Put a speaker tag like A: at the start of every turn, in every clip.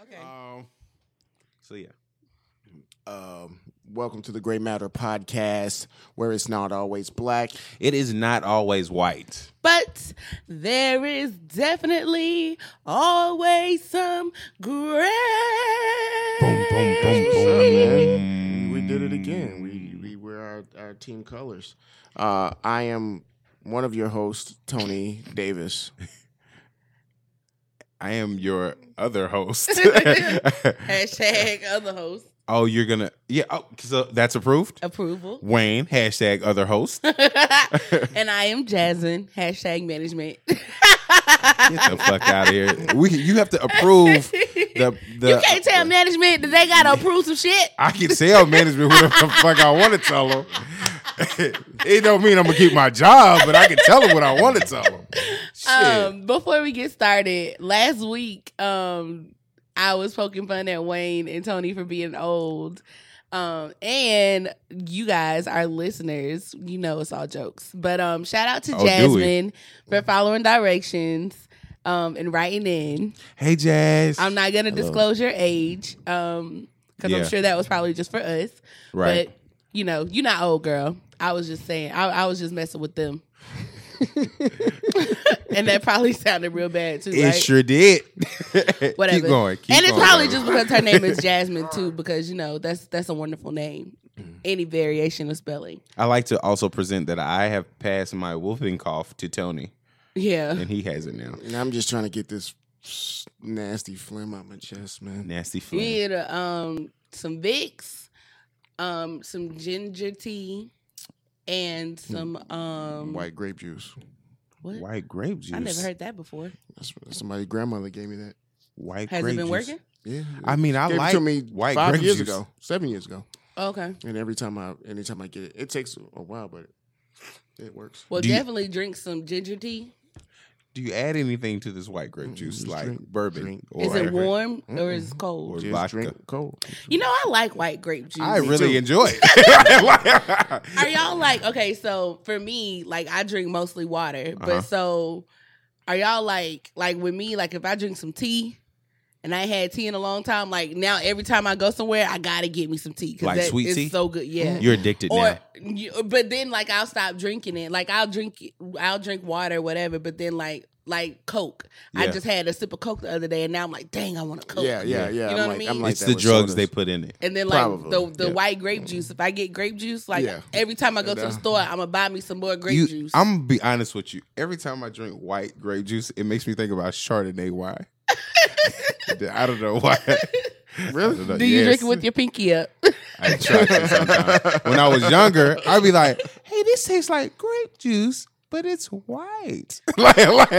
A: Okay.
B: Uh,
C: Um,
B: So yeah.
C: um, welcome to the Gray Matter podcast, where it's not always black.
B: It is not always white.
A: But there is definitely always some gray.
C: Boom, boom, boom, boom. Mm. We did it again. We we wear our, our team colors. Uh, I am one of your hosts, Tony Davis.
B: I am your other host.
A: Hashtag other host
B: oh, you're gonna yeah. Oh, so that's approved.
A: approval.
B: Wayne hashtag other host. Get
A: and I am Jasmine. Hashtag management.
B: the fuck out of here. We you have to approve the the.
A: you can't tell management that they gotta approve some shit.
B: I can tell management whatever the fuck I want to tell them. it don't mean I'm gonna keep my job, but I can tell them what I want to tell them. Shit.
A: Um, before we get started, last week, um, I was poking fun at Wayne and Tony for being old. Um, and you guys, our listeners, you know it's all jokes. But um, shout out to
B: Oh, do we?
A: Jasmine for following directions um and writing in.
B: hey, Jazz.
A: I'm not gonna
C: Hello.
A: disclose your age, um, because I'm
B: Yeah.
A: sure that was probably just for us.
B: right.
A: But you know, you're not old, girl. I was just saying. I, I was just messing with them. and that probably sounded real bad too,
B: it
A: right?
B: sure did.
A: Whatever.
B: Keep going. Keep
A: and it's
B: going,
A: probably
B: baby.
A: just because her name is Jasmine too, because you know that's that's a wonderful name.
B: Mm-hmm.
A: Any variation of spelling,
B: I like to also present that I have passed my wolfing cough to Tony,
A: yeah.
B: and he has it now.
C: And I'm just trying to get this nasty phlegm out my chest, man.
B: Nasty flu.
A: We had a, um some Vicks, um some ginger tea, and some um
C: White grape juice.
A: what?
B: Hmm. White grape juice.
A: I never heard that before.
C: That's, somebody's grandmother gave me that.
B: White
A: Has
B: grape
A: it been
B: juice.
A: working?
C: Yeah,
B: I mean, I
C: gave
B: like
C: it to me
B: white
C: five
B: grape
C: years
B: juice.
C: ago, seven years ago.
A: Okay.
C: And every time I, anytime I get it, it takes a while, but it, it works.
A: Well,
B: Do you-
A: definitely drink some ginger tea.
B: Do you add anything to this white grape
C: Mm,
B: juice,
C: just
B: like
C: drink-
B: bourbon
C: drink.
B: or
A: is it
B: whatever?
A: warm or is it cold?
B: Or
C: Just
B: vodka.
C: drink cold.
A: You know, I like white grape juice.
B: I
C: Me
B: really
C: too.
B: enjoy it.
A: Are y'all like okay? So for me, like I drink mostly water, but
B: Uh-huh.
A: so are y'all like like with me? Like if I drink some tea. And I had tea in a long time. Like now, every time I go somewhere, I gotta get me some tea because
B: Like sweet tea? Mm-hmm.
A: so good. Yeah,
B: You're addicted
A: or
B: now.
A: you- but then like I'll stop drinking it. Like I'll drink I'll drink water, whatever. But then like like Coke. I
B: Yeah.
A: just had a sip of Coke the other day, and now I'm like, dang, I want a Coke.
C: Yeah, yeah, yeah.
A: You know
C: I'm
A: what I
C: like,
A: mean?
C: I'm like
B: it's
C: that
B: the
C: with
B: drugs they
C: sodas.
B: put in it.
A: And then like
C: Probably,
A: the the
B: yeah.
A: white grape juice. If I get grape juice, like
C: Yeah.
A: every time I go to the
C: And, uh,
A: store, I'm gonna buy me some more grape
B: You-
A: juice.
B: I'm gonna be honest with you. Every time I drink white grape juice, it makes me think about Chardonnay wine. I don't know why.
C: Really?
A: Do you drink it with your pinky up?
B: I try to sometimes. When I was younger, I'd be like, "Hey, this tastes like grape juice, but it's white." like, like,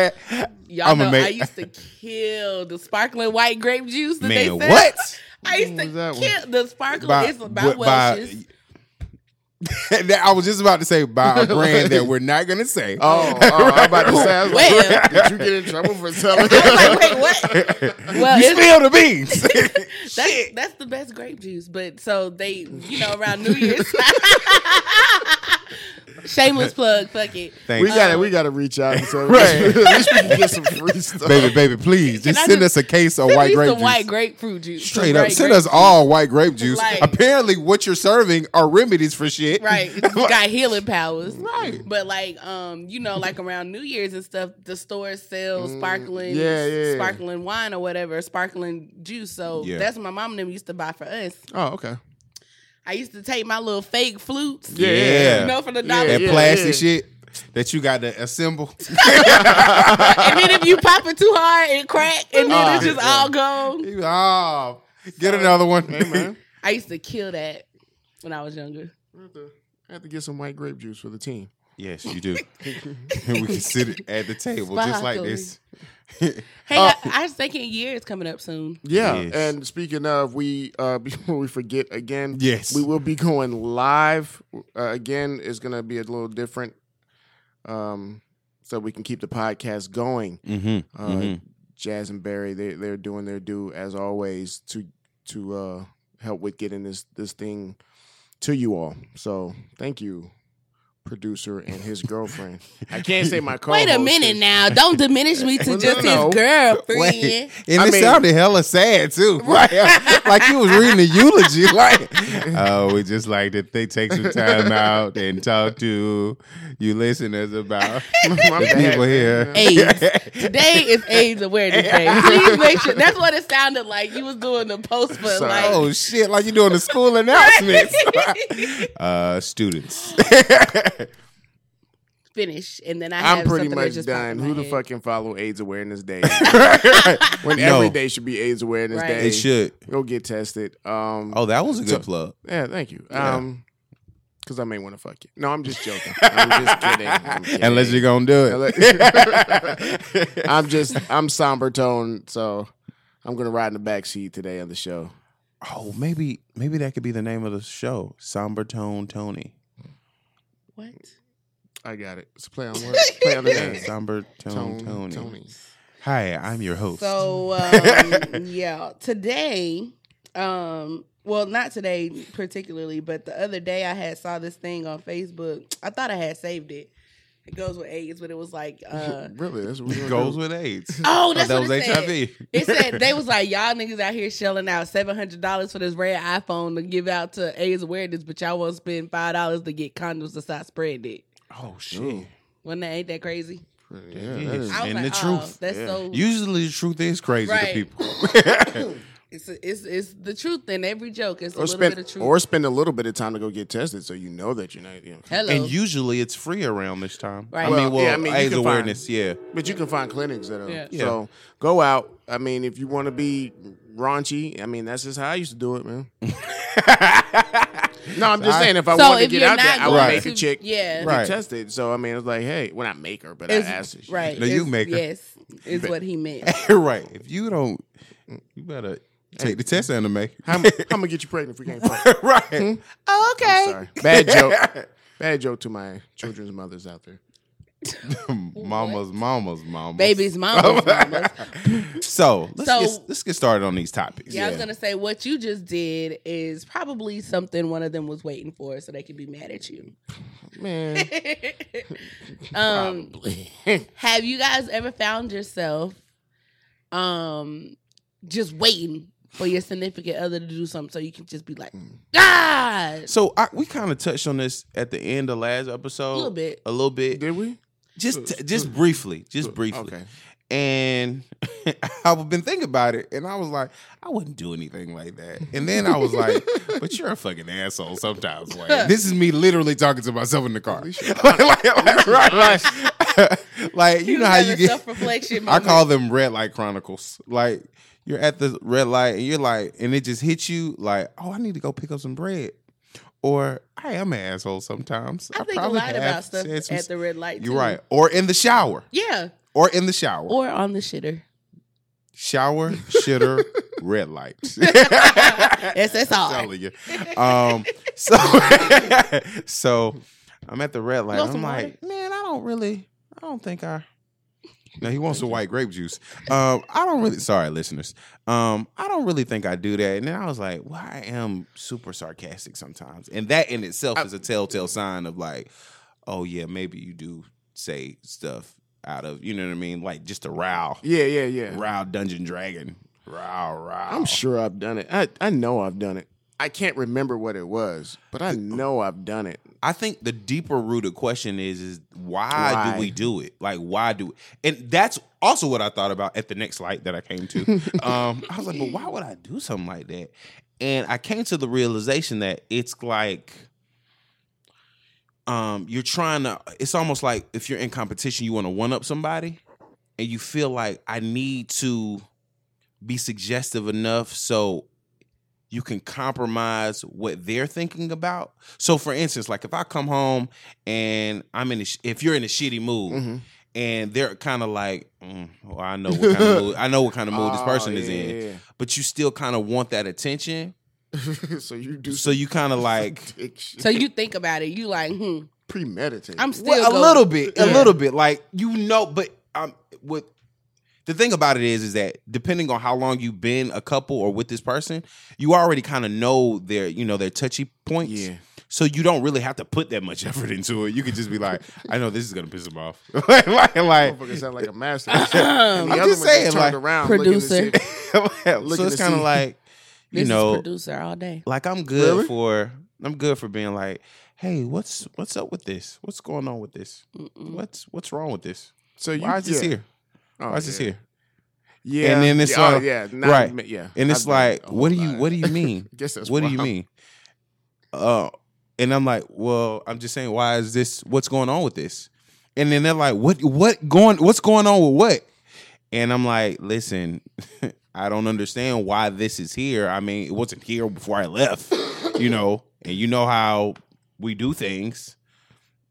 A: Y'all
B: I'm a
A: know
B: ma-
A: I used to kill the sparkling white grape juice that
B: man,
A: they sell.
B: what?
A: I used
C: What
A: to
C: was that
A: kill
C: one?
A: the sparkling. it's
B: by-
A: about
B: by-
A: Welch's.
B: That- I was just about to say by a brand that we're not gonna say.
C: Oh, oh, I'm about to say. I was like,
A: Well.
C: did you get in trouble for selling?
A: I was like, wait, what? Well,
B: you
A: it's-
B: spill the beans.
A: That's, that's the best grape juice. But so they, you know, around New Year's. Shameless plug, fuck it.
B: Thank
C: we
B: you.
C: gotta, we gotta reach out. And so
B: Right.
C: At least we can get some free stuff.
B: baby, baby, please
A: Can
B: just
A: I
B: send
A: just-
B: us a case of
A: Send
B: white
A: me
B: grape
A: some
B: juice.
A: white grapefruit juice. some
B: Straight up,
A: white
B: send
A: grape
B: us all white grape juice.
A: Like-
B: Apparently, what you're serving are remedies for shit.
A: Right. It's
B: Like-
A: got healing powers.
B: Right.
A: But like, um, you know, like around New Year's and stuff, the stores sell
C: Mm,
A: sparkling
C: yeah, yeah.
A: sparkling wine or whatever, sparkling juice. So
B: Yeah.
A: that's what my mom and them used to buy for us.
C: Oh, okay.
A: I used to take my little fake flutes.
C: Yeah.
B: Yeah.
A: You know, from the dollar
B: that
C: Yeah,
A: store.
B: plastic
C: yeah.
B: shit that you got to assemble.
A: And then if you pop it too hard, it crack, and then
C: Ah,
A: it's just
C: yeah.
A: all gone.
B: oh, get another one.
C: Hey man,
A: I used to kill that when I was younger.
C: I have to- I have to get some white grape juice for the team.
B: Yes, you do. we can sit at the table just like this.
A: Hey,
C: Oh.
A: our second year is coming up soon.
C: Yeah,
B: Yes.
C: and speaking of, we uh, before we forget again,
B: Yes.
C: we will be going live uh, again. It's gonna be a little different, um, so we can keep the podcast going.
B: Mm-hmm.
C: Uh, Jazz and Barry, they they're doing their due as always to to uh, help with getting this this thing to you all. So thank you, producer and his girlfriend. I can't say my co
A: Wait a minute now. Don't diminish me to
C: Well,
A: just
C: no, no.
A: his girlfriend.
B: Wait, and
C: I
B: it
C: mean-
B: sounded hella sad too. Like, like you was reading the eulogy. Like, oh, we just like that they take some time out and talk to you listeners about
C: My
B: the
C: bad.
B: people here.
A: AIDS. Today is AIDS Awareness Day. Please make sure. That's what it sounded like. You was doing the post, but
C: Sorry.
A: like,
B: Oh shit! Like you doing the school announcements. uh, students.
A: finish, and then I. Have
C: I'm pretty
A: something that
C: much
A: just popped
C: done.
A: in my
C: Who the
A: head.
C: fuck can follow AIDS Awareness Day? when
B: No.
C: every day should be AIDS Awareness
A: Right.
C: Day.
B: They should.
C: Go get tested. Um,
B: Oh, that was a good plug.
C: Yeah, thank you.
B: Yeah.
C: Um, because I may want to fuck you. No, I'm just joking. I'm just kidding. I'm kidding.
B: Unless you're gonna do it.
C: I'm just I'm somber tone, so I'm gonna ride in the back seat today on the show.
B: oh, maybe maybe that could be the name of the show. Somber Tone Tony.
A: What?
C: I got it. It's a play on what? play on the
B: Yeah,
C: name.
B: Somber Tone
C: Tone-
B: Tony.
C: Tony.
B: Hi, I'm your host.
A: So um, yeah, today, um, well, not today particularly, but the other day I had saw this thing on Facebook. I thought I had saved it. It goes with AIDS, but it was like, uh,
C: really? That's what we're gonna
B: goes
C: do?
B: with AIDS.
A: oh, that's
B: that
A: what
B: was
A: it said.
B: HIV.
A: It said they was like, y'all niggas out here shelling out seven hundred dollars for this red iPhone to give out to AIDS awareness, but y'all won't spend five dollars to get condoms to stop spreading it.
B: oh
C: Ooh,
B: shit.
A: Wasn't that ain't that crazy?
C: pretty- yeah, that is-
A: I was
B: And
A: like,
B: the
A: oh,
B: truth.
A: That's
C: Yeah.
A: so.
B: Usually the truth is crazy
A: Right.
B: to people.
A: it's, it's it's the truth in every joke. It's a
C: or
A: little
C: spend
A: bit of truth.
C: or spend a little bit of time to go get tested, so you know that you're not. You know.
A: Hello.
B: And usually it's free around this time.
A: Right.
B: I mean,
C: Well,
B: well,
C: yeah, I mean, you
B: AIDS
C: can find-
B: awareness, yeah.
C: But you can find clinics that are.
A: Yeah.
B: Yeah.
C: So go out. I mean, if you want to be raunchy, I mean, that's just how I used to do it, man. no, I'm just
B: I-
C: saying if I
A: so
C: wanted to
A: if
C: get
A: you're
C: out
A: not
C: there, I
A: going
C: would
A: right.
C: make a chick
A: yeah,
C: get
B: Right.
C: tested. So I mean, it's like, hey, when I make her, but I
A: It's-
C: asked her. She-
A: right.
B: No, you
A: It's-
B: make her.
A: Yes, is what he meant.
B: You're right. If you don't, you better take the test and make.
C: How, am- how I'm gonna get you pregnant if we can't fuck.
B: right.
A: okay.
C: Sorry, bad joke. Bad joke to my children's mothers out there.
A: Hmm?
B: Mama's, mama's, mama's.
A: Baby's mama's mama's.
B: So let's
A: So-
B: get let's get started on these topics.
A: Yeah, I was gonna say what you just did is probably something one of them was waiting for, so they could be mad at you.
C: Man,
A: um, have you guys ever found yourself, um, just waiting for your significant other to do something so you can just be like,
B: Mm.
A: God,
B: So I, we kind of touched on this at the end of last episode,
A: a little bit.
B: a little bit,
C: did we?
B: just t- just briefly, just briefly.
C: Okay.
B: And I've been thinking about it, and I was like, I wouldn't do anything like that. And then I was like, But you're a fucking asshole sometimes. Wayne. this is me literally talking to myself in the car. like, like- right, like- like, you know how you get
A: self reflection.
B: I call them red light chronicles. Like you're at the red light and you're like, and it just hits you like, oh, I need to go pick up some bread, or I am an asshole sometimes.
A: I think a
B: probably
A: lot
B: have
A: about stuff
B: said some
A: at the red light.
B: You're
A: too.
B: right, or in the shower,
A: Yeah,
B: or in the shower,
A: or on the shitter.
B: shower, shitter, red light.
A: Yes, that's all.
B: telling you. Um, so, so I'm at the red light.
A: want
B: I'm
A: some
B: like, man, I don't really, I don't think I. No, he wants some white grape juice. Um, I don't really. Sorry, listeners. Um, I don't really think I do that. And then I was like, well, I am super sarcastic sometimes, and that in itself is a telltale sign of like, oh yeah, maybe you do say stuff out of you know what I mean, like just a row,
C: Yeah, yeah, yeah.
B: row dungeon dragon, row, row.
C: I'm sure I've done it. I, I know I've done it. I can't remember what it was, but I know I've done it.
B: I think the deeper rooted question is is why,
C: Why?
B: do we do it? Like why do and that's also what I thought about at the next light that I came to. um, I was like, but why would I do something like that? And I came to the realization that it's like um you're trying to it's almost like if you're in competition, you want to one up somebody and you feel like I need to be suggestive enough so you can compromise what they're thinking about. So, for instance, like if I come home and I'm in, a, sh- if you're in a shitty mood
C: Mhm.
B: and they're kind of like, mm, well, I know what kind of mood, I know what kind of mood this
C: Oh,
B: person is
C: yeah,
B: in, but you still kind of want that attention.
C: yeah, yeah. so you do
B: So you kind of like
C: dick shit.
A: So you think about it. You like, hmm.
C: premeditated.
A: I'm still
B: well, a
A: go-
B: little bit, a
A: Yeah.
B: little bit. Like you know, but um, what the thing about it is, is that depending on how long you've been a couple or with this person, you already kind of know their, you know, their touchy points.
C: yeah.
B: So you don't really have to put that much effort into it. You could just be like, I know this is gonna piss him off. like, like, like,
C: Motherfucker sound like a master. and the other
B: just
C: one
B: saying,
C: just turned
B: like,
C: around looking to
A: producer.
C: see-
B: so
C: Looking
B: it's
C: to
B: kind of
C: see-
B: like, you
A: This
B: know,
A: is producer all day.
B: like I'm good
C: Really?
B: for I'm good for being like, hey, what's what's up with this? What's going on with this?
A: Mm-mm.
B: What's what's wrong with this?
C: So you,
B: Why is this
C: yeah.
B: here?
C: Oh,
B: Why is this
C: yeah.
B: here?
C: Yeah,
B: And then it's
C: yeah, oh,
B: like-
C: yeah, not
B: right.
C: admit- yeah.
B: And it's
C: I've done
B: like,
C: a whole
B: what do
C: lot
B: you
C: of
B: what do
C: that.
B: you mean?
C: Guess that's
B: what do you
C: why.
B: mean? Uh, and I'm like, well, I'm just saying, why is this? What's going on with this? And then they're like, what what going? What's going on with what? And I'm like, listen, I don't understand why this is here. I mean, it wasn't here before I left, you know. And you know how we do things,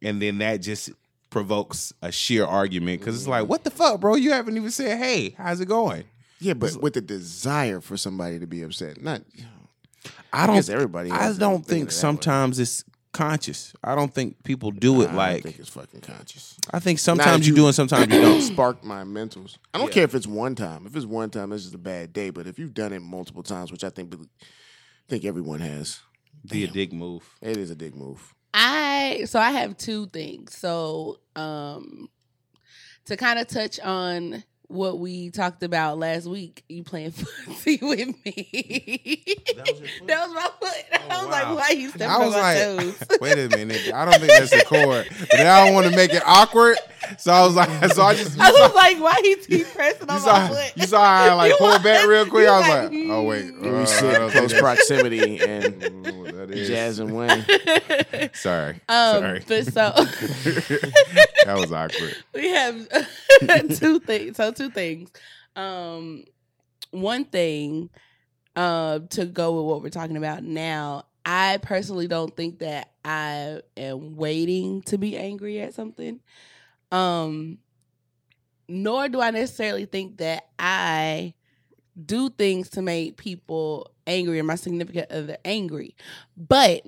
B: and then that just provokes a sheer argument because it's
C: Mm-hmm.
B: like, what the fuck, bro? You haven't even said, hey, how's it going?
C: Yeah, but with the desire for somebody to be upset, not.
B: I
C: I
B: don't
C: guess everybody.
B: I
C: else
B: don't
C: is thinking
B: think
C: that way.
B: sometimes it's conscious. I don't think people do
C: I
B: it
C: don't
B: like
C: think it's fucking conscious.
B: I think sometimes you,
C: you-
B: do and sometimes you don't.
C: Sparked my mentals. I don't care if it's one time. If it's one time, that's just a bad day. But if you've done it multiple times, which I think think everyone has,
B: Be a dick move.
C: it is a dick move.
A: I so I have two things. So um to kind of touch on what we talked about last week, you playing footsie with me. That was, my foot. I was
B: Oh, wow.
A: like, why you stepping
B: I
A: on
B: was
A: my
B: like,
A: toes?
B: wait a minute. I don't think that's the chord. But I don't want to make it awkward. So I was like, so I just you
A: I
B: saw,
A: was like, why he keep pressing
B: you
A: on my
B: saw,
A: foot?
B: you saw how I like
A: You
B: pull back real quick.
A: you
B: I was
A: like,
B: like, oh wait.
A: mm.
C: And we
B: uh, Mm.
C: sit
B: I don't
C: in
B: think
C: close
B: that's-
C: proximity
B: I
C: and
B: don't know what that is.
C: jazz and win.
B: Sorry.
A: um,
B: Sorry.
A: but so
B: that was awkward.
A: we have two things. So two things. Um, one thing uh, to go with what we're talking about now. I personally don't think that I am waiting to be angry at something. Um, nor do I necessarily think that I do things to make people angry or my significant other angry. But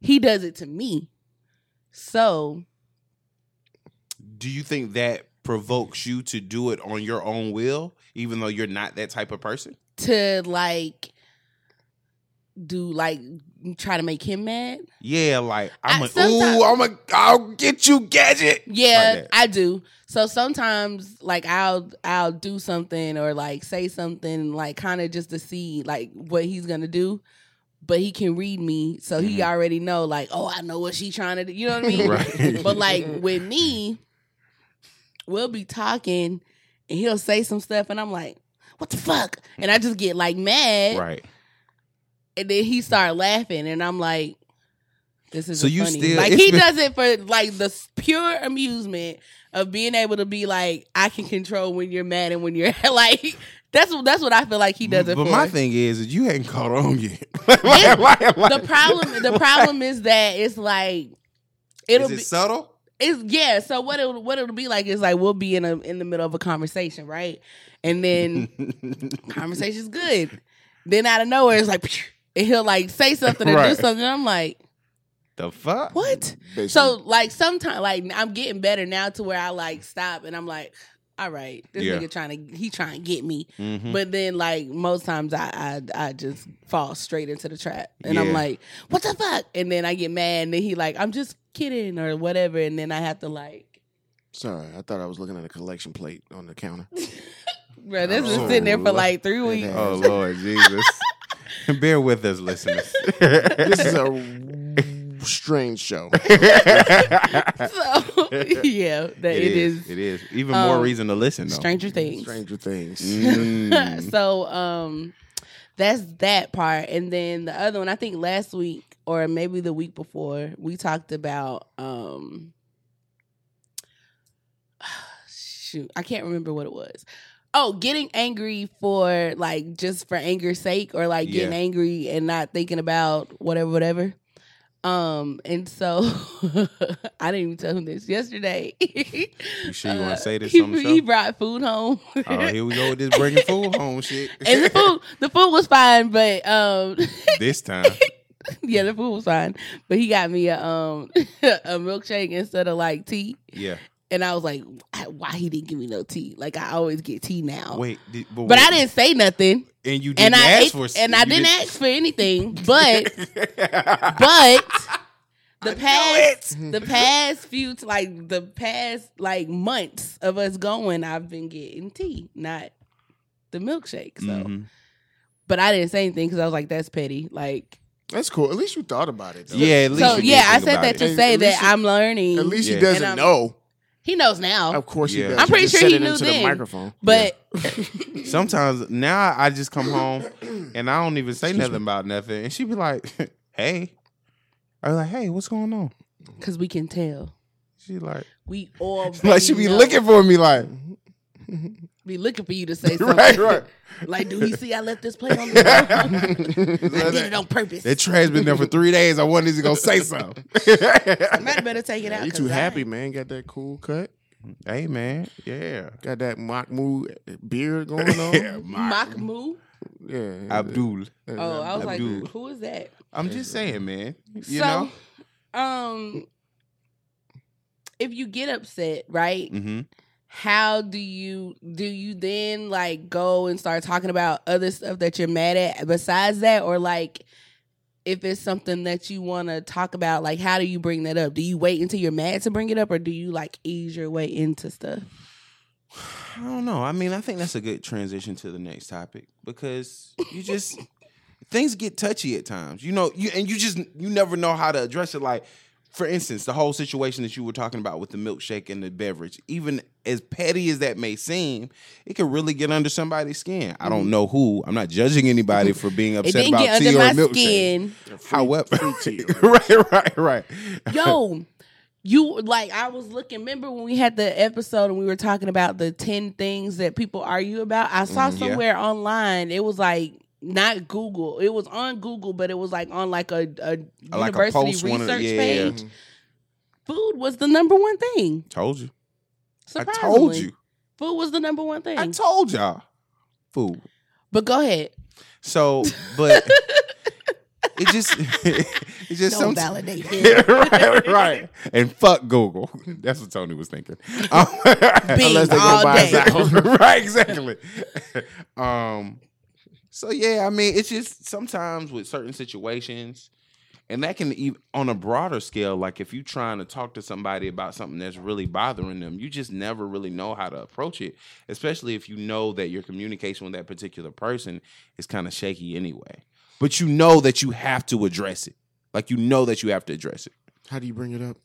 A: he does it to me. So
B: do you think that provokes you to do it on your own will even though you're not that type of person
A: to like do like try to make him mad.
B: yeah like i'm
A: I-
B: a
A: sometimes-
B: ooh i'm a i'll get you gadget
A: Yeah,
B: that.
A: I do. So sometimes like I'll I'll do something or like say something like kind of just to see like what he's going to do. But he can read me, so he
B: Mhm.
A: already know like, "Oh, I know what she trying to do." You know what I mean?
B: Right.
A: But like with me, we'll be talking and he'll say some stuff and I'm like, "What the fuck?" And I just get like mad.
B: right
A: and then he started laughing, and I'm like, "This is
B: So you
A: funny."
B: still-
A: like
B: it's
A: he
B: been-
A: does it for like the s- pure amusement of being able to be like, "I can control when you're mad and when you're like." That's that's what I feel like he does it
B: but
A: for.
B: my thing is that you hadn't caught on yet
A: Yeah.
B: Like, like-
A: the problem the problem is that it's like it'll
B: is it
A: be
B: subtle
A: it's yeah. So what it what it'll be like is like we'll be in a in the middle of a conversation, right? And then conversation's good. Then out of nowhere, it's like, and he'll like say something or
B: Right.
A: do something. I'm like,
B: the fuck
A: what?
C: Basically,
A: So like sometimes like I'm getting better now to where I like stop and I'm like, all right, this
B: Yeah.
A: nigga trying to he trying to get me.
B: Mhm.
A: But then like most times I, I I just fall straight into the trap and
B: Yeah.
A: I'm like, what the fuck? And then I get mad and then he like, I'm just kidding or whatever, and then I have to like,
C: sorry, I thought I was looking at a collection plate on the counter.
A: bro, this
C: Oh,
A: been sitting there for
C: Lord.
A: like three weeks.
C: Yeah.
B: oh lord jesus bear with us listeners
C: This is a strange show.
A: So yeah, that it is,
B: it is even more
A: Um,
B: reason to listen though
A: Stranger Things.
C: Stranger Things.
B: Mm.
A: so um that's that part and then the other one i think last week or maybe the week before we talked about um shoot i can't remember what it was oh getting angry for like just for anger's sake or like getting
B: Yeah.
A: angry and not thinking about whatever whatever um and so i didn't even tell him this yesterday
B: you sure you
A: Uh,
B: want to say this
A: he,
B: on the show
A: he brought food home
B: Oh, here we go with this bringing food home shit.
A: and the food the food was fine but um
B: this time,
A: yeah the food was fine but he got me a um a milkshake instead of like tea
B: yeah.
A: and I was like, "Why- why he didn't give me no tea? Like I always get tea now.
B: Wait, did, but,
A: Oh. But
B: wait,
A: I didn't say nothing,
B: And you
A: and
B: didn't
A: I
B: ask
A: ate-
B: for.
A: and I
B: you
A: didn't ask for anything. But
B: but
A: but the
B: I know
A: past Mhm. the past few t- like the past like months of us going, I've been getting tea, not the milkshake. So,
B: Mm-hmm.
A: but I didn't say anything because I was like, "That's petty." Like,
C: That's cool. At least you thought about it. Though.
B: yeah, at least
A: so
B: you did
A: yeah, I
B: think
A: said
B: about
A: that
B: it.
A: to
C: And
A: say
C: at
A: that
C: least you-
A: I'm learning.
C: At least
B: Yeah.
C: he doesn't
A: And I'm-
C: know.
A: he knows now.
C: Of course
B: Oh, Yeah.
C: he does.
B: I'm
C: He
A: pretty
C: just
A: sure
C: said
A: he
C: it
A: knew
C: into
A: then.
C: the microphone.
A: But
B: Sometimes now I just come home and I don't even say nothing about nothing, and she be like, "Hey," I was like, "Hey, what's going on?"
A: because we can tell,
B: She like,
A: we all
B: like she be
A: know.
B: looking for me, like,
A: be looking for you to say something.
B: right, right.
A: Like, do you see? I left this plate on the ground. I did it
B: that,
A: on purpose.
B: that trash been there for three days. I wasn't even gonna say something.
A: Somebody better take it out.
C: you
A: 'cause
C: too
A: I-
C: happy, man. Got that cool cut.
B: hey man, yeah,
C: Got that mock mood eh, beard going on.
B: yeah,
C: yeah.
A: Mahmoud.
B: Abdul.
C: Yeah,
A: Oh, I was like,
B: Abdul.
A: who is that?
B: I'm just saying, man. You know.
A: so, um, if you get upset, right?
B: Mm-hmm.
A: How do you do? You then like go and start talking about other stuff that you're mad at besides that, or like. If it's something that you want to talk about, like how do you bring that up? Do you wait until you're mad to bring it up, or do you like ease your way into stuff?
B: I don't know. I mean, I think that's a good transition to the next topic because you just things get touchy at times. You know, you and you just you never know how to address it. Like, for instance, the whole situation that you were talking about with the milkshake and the beverage, even as petty as that may seem, it could really get under somebody's skin. I don't know who. I'm not judging anybody for being
A: Mm-hmm. It
B: upset
A: didn't
B: about
A: get
B: tea
A: under
B: or
A: my
B: milkshake.
A: skin.
B: However,
C: free tea.
B: right, right, right.
A: Yo, you like I was looking. Remember when we had the episode and we were talking about the ten things that people argue about? I saw
B: Mhm. Yeah.
A: somewhere online it was like not Google. It was on Google, but it was like on like a, a
B: Like
A: university
B: a post,
A: research
B: one of the, yeah, yeah.
A: page. Food was the number one thing.
B: Told you. I
A: Surprisingly,
B: told you.
A: food was the number one thing.
B: I told y'all. Food.
A: but go ahead.
B: So, but it just it just
A: Don't
B: somet-
A: validate it.
B: right, right. And fuck Google. That's what Tony was thinking. Um,
A: Bing
C: they go
A: all
C: by
A: day.
C: Zach.
B: right, exactly. Um so yeah, I mean, it's just sometimes with certain situations and that can even on a broader scale like if you're trying to talk to somebody about something that's really bothering them you just never really know how to approach it especially if you know that your communication with that particular person is kind of shaky anyway but you know that you have to address it like you know that you have to address it
C: How do you bring it up?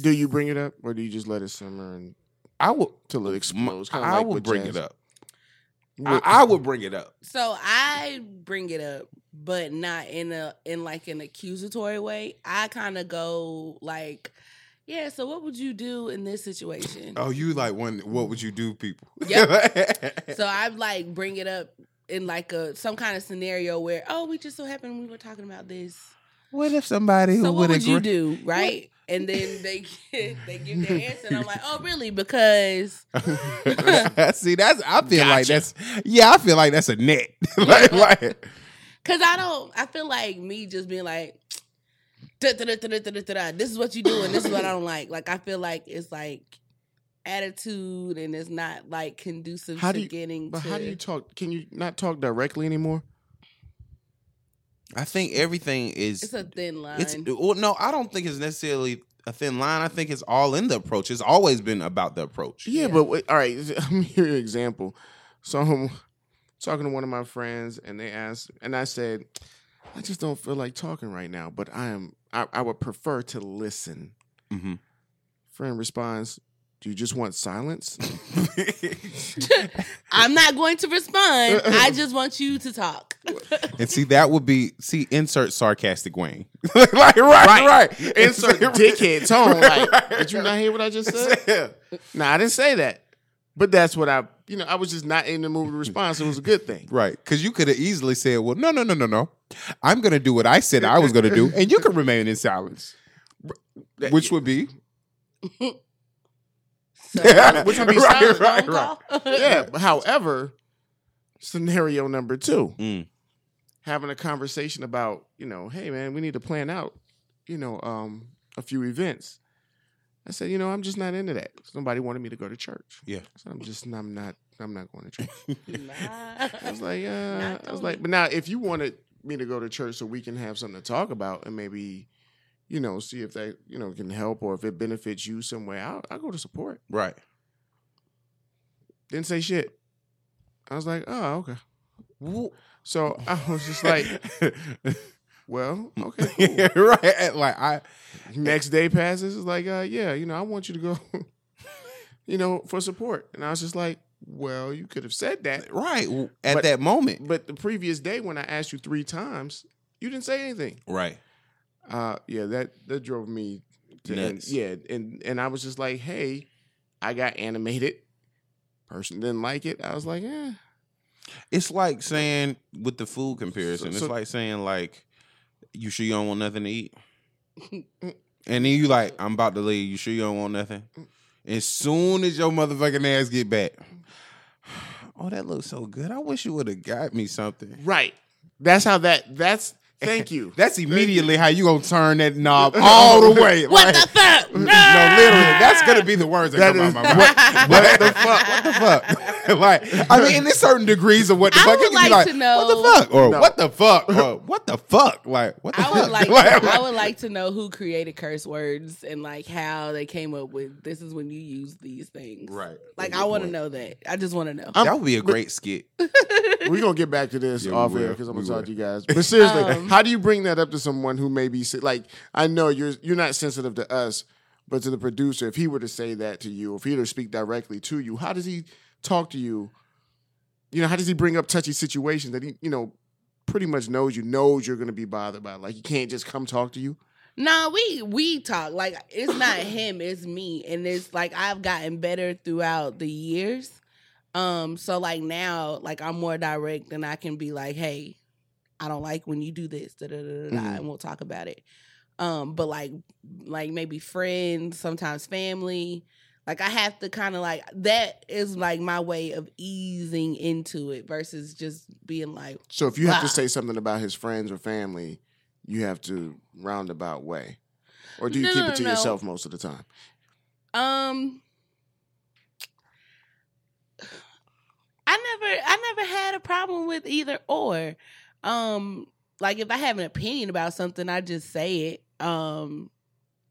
C: Do you bring it up, or do you just let it simmer until
B: i would
C: it explodes? Kinda
B: i
C: like
B: would
C: with
B: bring
C: jazz.
B: it up I,
C: What-
B: I would bring it up
A: So I bring it up, but not in a in like an accusatory way. I kind of go like, yeah. So what would you do in this situation?
B: oh you like one what would you do people eh,
A: So I like bring it up in like a some kind of scenario where oh we just so happened we were talking about this.
B: what if somebody
A: So
B: who
A: what
B: would
A: would you
B: agree
A: do, right? And then they they give their answer, and I'm like, oh really? Because
B: See, that's I feel like that's yeah, I feel like that's a net. like, like,
A: Cause I don't. I feel like me just being like, "Da, da, da, da, da, da, da, da, this is what you do, and this is what I don't like. Like I feel like it's like attitude, and it's not like conducive
C: How
A: to
C: do you-
A: getting.
C: But
A: to,
C: how do you talk? Can you not talk directly anymore?
B: I think everything is
A: It's a thin line.
B: it's well, no, I don't think it's necessarily a thin line. I think it's all in the approach. It's always been about the approach.
C: Yeah,
A: Yeah.
C: but wait, all right. I'm your example. So I'm talking to one of my friends, and they asked, and I said, I just don't feel like talking right now. But I am. I, I would prefer to listen.
B: Mm-hmm.
C: Friend responds, Do you just want silence?
A: I'm not going to respond. I just want you to talk.
B: and see, that would be see, insert sarcastic Wayne. like right, right.
C: Insert dickhead tone. Like, did you not hear what I just said?
B: Yeah.
C: Nah, I didn't say that. But that's what I. You know, I was just not in the mood to respond. So it was a good thing.
B: Right, because you could have easily said, "Well, no, no, no, no, no, I'm going to do what I said I was going to do, and you can remain in silence," which would be
A: So,
C: Which would be
B: Right,
C: silent.
B: right,
A: phone call?
C: Yeah. but However, scenario number two.
B: Mm.
C: having a conversation about, you know, hey man, we need to plan out, you know, um, a few events. I said, you know, I'm just not into that. Somebody wanted me to go to church.
B: Yeah.
C: I said, I'm just, I'm not, I'm not going to church.
A: Nah.
C: I was like, uh, I was
A: Tony.
C: like, but now if you wanted me to go to church so we can have something to talk about and maybe, you know, see if that, you know, can help or if it benefits you somewhere, I'll, I'll go to support.
B: Right.
C: Didn't say shit. I was like, oh, okay.
B: Woo.
C: So I was just like, well, okay. cool.
B: right. Like I
C: Next day passes. It's like, uh, yeah, you know, I want you to go, you know, for support. And I was just like, well, you could have said that.
B: right at
C: But-
B: that moment.
C: But the previous day when I asked you three times, you didn't say anything.
B: Right.
C: Uh, yeah, that that drove me to
B: Nuts.
C: yeah, and and I was just like, hey, I got animated. Person didn't like it. I was like, eh.
B: It's like saying with the food comparison.
C: so-
B: it's like saying like, you sure you don't want nothing to eat? and then you like, I'm about to leave. You sure you don't want nothing? As soon as your motherfucking ass get back, oh that looks so good. I wish you would have got me something.
C: Right. That's how that. That's thank you.
B: That's immediately how you gonna turn that knob all the way.
A: what
B: like-
A: the fuck?
B: No, literally, that's gonna be the words that,
C: That
B: come out
C: is-
B: my mouth. What, what the fuck? What the fuck? like, I mean, and there's certain degrees of what the
A: I
B: fuck.
A: would
B: You can
A: like
B: be like,
A: to know-
B: what the fuck, or
C: No.
B: what the fuck, or what the fuck. Like, what the
A: I would
B: fuck?
A: like I would like to know who created curse words and like how they came up with this is when you use these things.
B: Right.
A: Like
B: Good
A: I want to
B: point.
A: know that. I just want to know.
B: that would be a great skit.
C: We're gonna get back to this
B: Yeah, we
C: off
B: will.
C: air because I'm
B: We
C: gonna talk
B: will.
C: to you guys. But seriously,
A: Um,
C: how do you bring that up to someone who may be si- like I know you're you're not sensitive to us, but to the producer, if he were to say that to you, if he were to speak directly to you, how does he talk to you? You know, how does he bring up touchy situations that he you know pretty much knows you knows you're gonna be bothered by? Like he can't just come talk to you.
A: Nah, we we talk like it's not him, it's me, and it's like I've gotten better throughout the years. Um, so like now, like I'm more direct, and I can be like, "Hey, I don't like when you do this," da da da da, da
C: Mhm.
A: and we'll talk about it. Um, but like, like maybe friends, sometimes family. Like I have to kind of like that is like my way of easing into it versus just being like,
C: So if you have to
A: Wow.
C: say something about his friends or family, you have to roundabout way, or do you
A: No,
C: keep
A: no,
C: it to
A: no.
C: yourself most of the time?
A: Um, I never, I never had a problem with either or. Um, like if I have an opinion about something, I just say it. Um,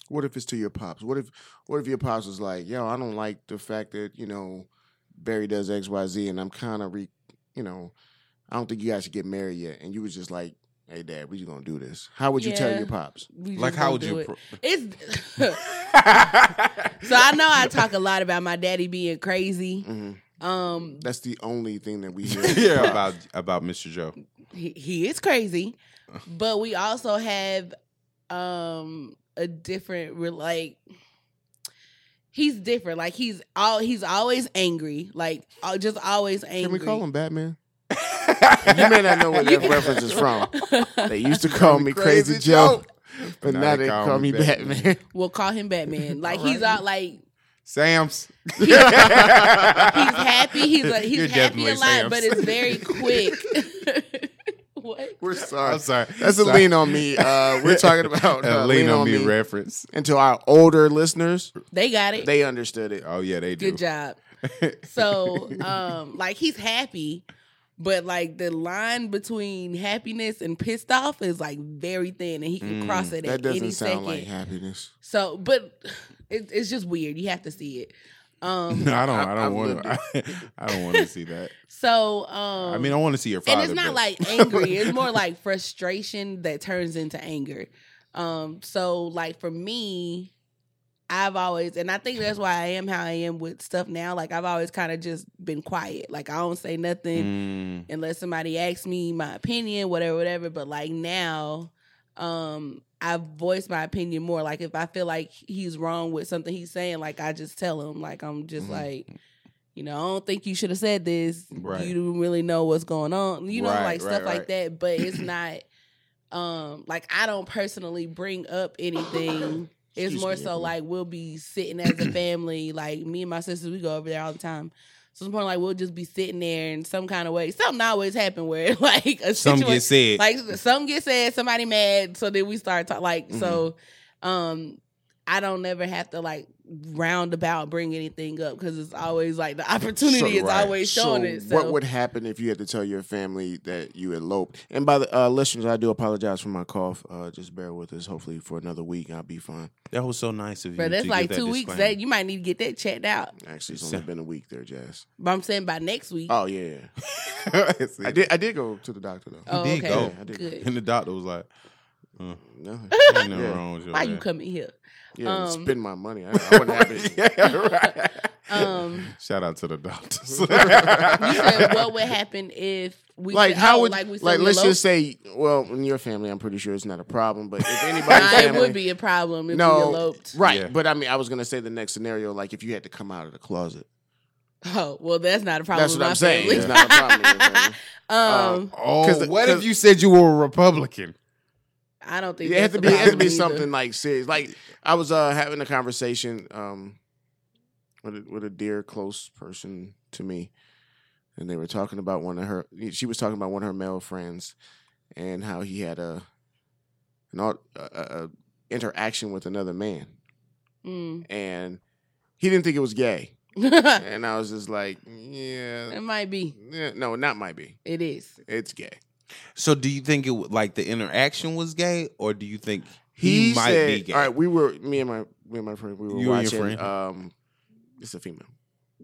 C: What if it's to your pops? What if what if your pops was like, yo, I don't like the fact that, you know, Barry does XYZ and I'm kinda re you know, I don't think you guys should get married yet. And you was just like, Hey dad, we just gonna do this. How would you tell
A: Yeah.
C: your pops?
A: we just
B: Like, how
A: don't
B: would
A: do
B: you?
A: It.
B: Pro-
A: It's so I know I talk a lot about my daddy being crazy.
C: hmm
A: Um,
C: That's the only thing that we hear.
B: yeah, about about Mr. Joe.
A: he, he is crazy but we also have um a different re- like he's different like he's all he's always angry like uh, just always angry
C: Can we call him Batman? You may not know where
A: You
C: that
A: can-
C: reference is from. They used to call me Crazy,
B: Crazy
C: Joe,
B: Joe.
C: but now they call me Batman.
A: we'll call him batman like he's
B: Alright.
A: all like
B: Sam's.
A: he's, he's happy he's like he's
B: You're
A: happy
B: definitely
A: a lot but
B: Sam's.
A: it's very quick what
C: We're sorry.
B: I'm sorry.
C: That's a
B: Sorry.
C: lean on me. Uh, we're talking about
B: a
C: uh,
B: lean, on me reference.
C: And to our older listeners,
A: they got it
C: they understood it.
B: Oh yeah, they do.
A: Good job. So, um, like he's happy, but like the line between happiness and pissed off is like very thin, and he can
B: Mm,
A: cross it
C: That
A: at any
C: doesn't sound
A: second.
C: like happiness.
A: so, but it, it's just weird. You have to see it. Um,
B: No, I don't.
C: I-
B: I,
C: I've
B: don't want
C: lived
B: to. I, don't want to see that.
A: so um,
B: I mean, I want to see your father.
A: and it's not
B: but-
A: like angry it's more like frustration that turns into anger um so like for me i've always and i think that's why i am how i am with stuff now like i've always kind of just been quiet like i don't say nothing
B: Mm,
A: unless somebody asks me my opinion whatever whatever but like now um i voice my opinion more like if i feel like he's wrong with something he's saying like i just tell him like i'm just
B: Mhm.
A: like you know, I don't think you should have said this.
B: Right.
A: You don't really know what's going on. You know,
B: Right,
A: like stuff
B: right,
A: like
B: right.
A: that. But it's not um like I don't personally bring up anything. It's
C: Excuse
A: more
C: me,
A: so
B: Mm-hmm.
C: everyone.
A: like we'll be sitting as a family, like me and my sisters, we go over there all the time. So it's more like we'll just be sitting there in some kind of way. Something always happen where like a
B: some
A: situation
B: get said.
A: like some get said, somebody mad, so then we start talking. Like so, um, I don't never have to like roundabout bring anything up because it's always like the opportunity
B: So-
A: is
B: right.
A: always showing it. So
C: what would happen if you had to tell your family that you eloped? And by the uh, listeners, I do apologize for my cough. Uh, just bear with us. Hopefully, for another week, I'll be fine.
B: That was so nice of you.
A: But
B: to
A: that's
B: give
A: like
B: that
A: two weeks.
B: disclaimer.
A: That you might need to get that checked out.
C: Actually, it's only been a week there, Jazz.
A: But I'm saying by next week.
C: Oh yeah,
B: See?
C: I did. I did go to the doctor though.
A: Oh,
B: did
A: okay.
B: go.
C: Yeah, I did.
A: Good.
B: And the doctor was like, uh,
C: No,
B: ain't nothing
C: Yeah.
B: wrong with your
A: Why you
B: ass.
A: coming here?
C: yeah,
A: Um,
C: spend my money. I, I wouldn't have it.
B: Yeah, right.
A: Um,
B: Shout out to the doctors.
A: you said what would happen if we
C: like
A: said,
C: how
A: oh,
C: would
A: like we said we
C: let's
A: eloped?
C: just say well in your family I'm pretty sure it's not a problem but if anybody's
A: Nah, it
C: family
A: would be a problem if
C: No.
A: we eloped.
C: right
B: Yeah.
C: but I mean I was gonna say the next scenario like if you had to come out of the closet
A: Oh well, that's not a problem.
C: that's
A: with
C: what
A: my
C: I'm saying
A: family.
C: it's not a problem Uh, in your family.
A: um,
B: Oh,
C: 'Cause the-
B: what
C: 'cause-
B: if you said you were a Republican?
A: I don't think
C: it
A: that's
C: had to
A: a
C: be it had to
A: problem
C: be
A: either.
C: something like serious like I was uh, having a conversation um with a, with a dear close person to me and they were talking about one of her she was talking about one of her male friends and how he had a an au- a, a, a interaction with another man
A: Mm.
C: and he didn't think it was gay.
A: it
C: And I was just like, yeah,
A: Mm. might be.
C: yeah, no, not might be.
A: It is.
C: It's gay.
B: So, do you think it w- like the interaction was gay, or do you think he, might
C: said,
B: be gay?
C: All right, we were me and my me and my friend we were
B: You and
C: watching.
B: your friend?
C: Um, it's a female.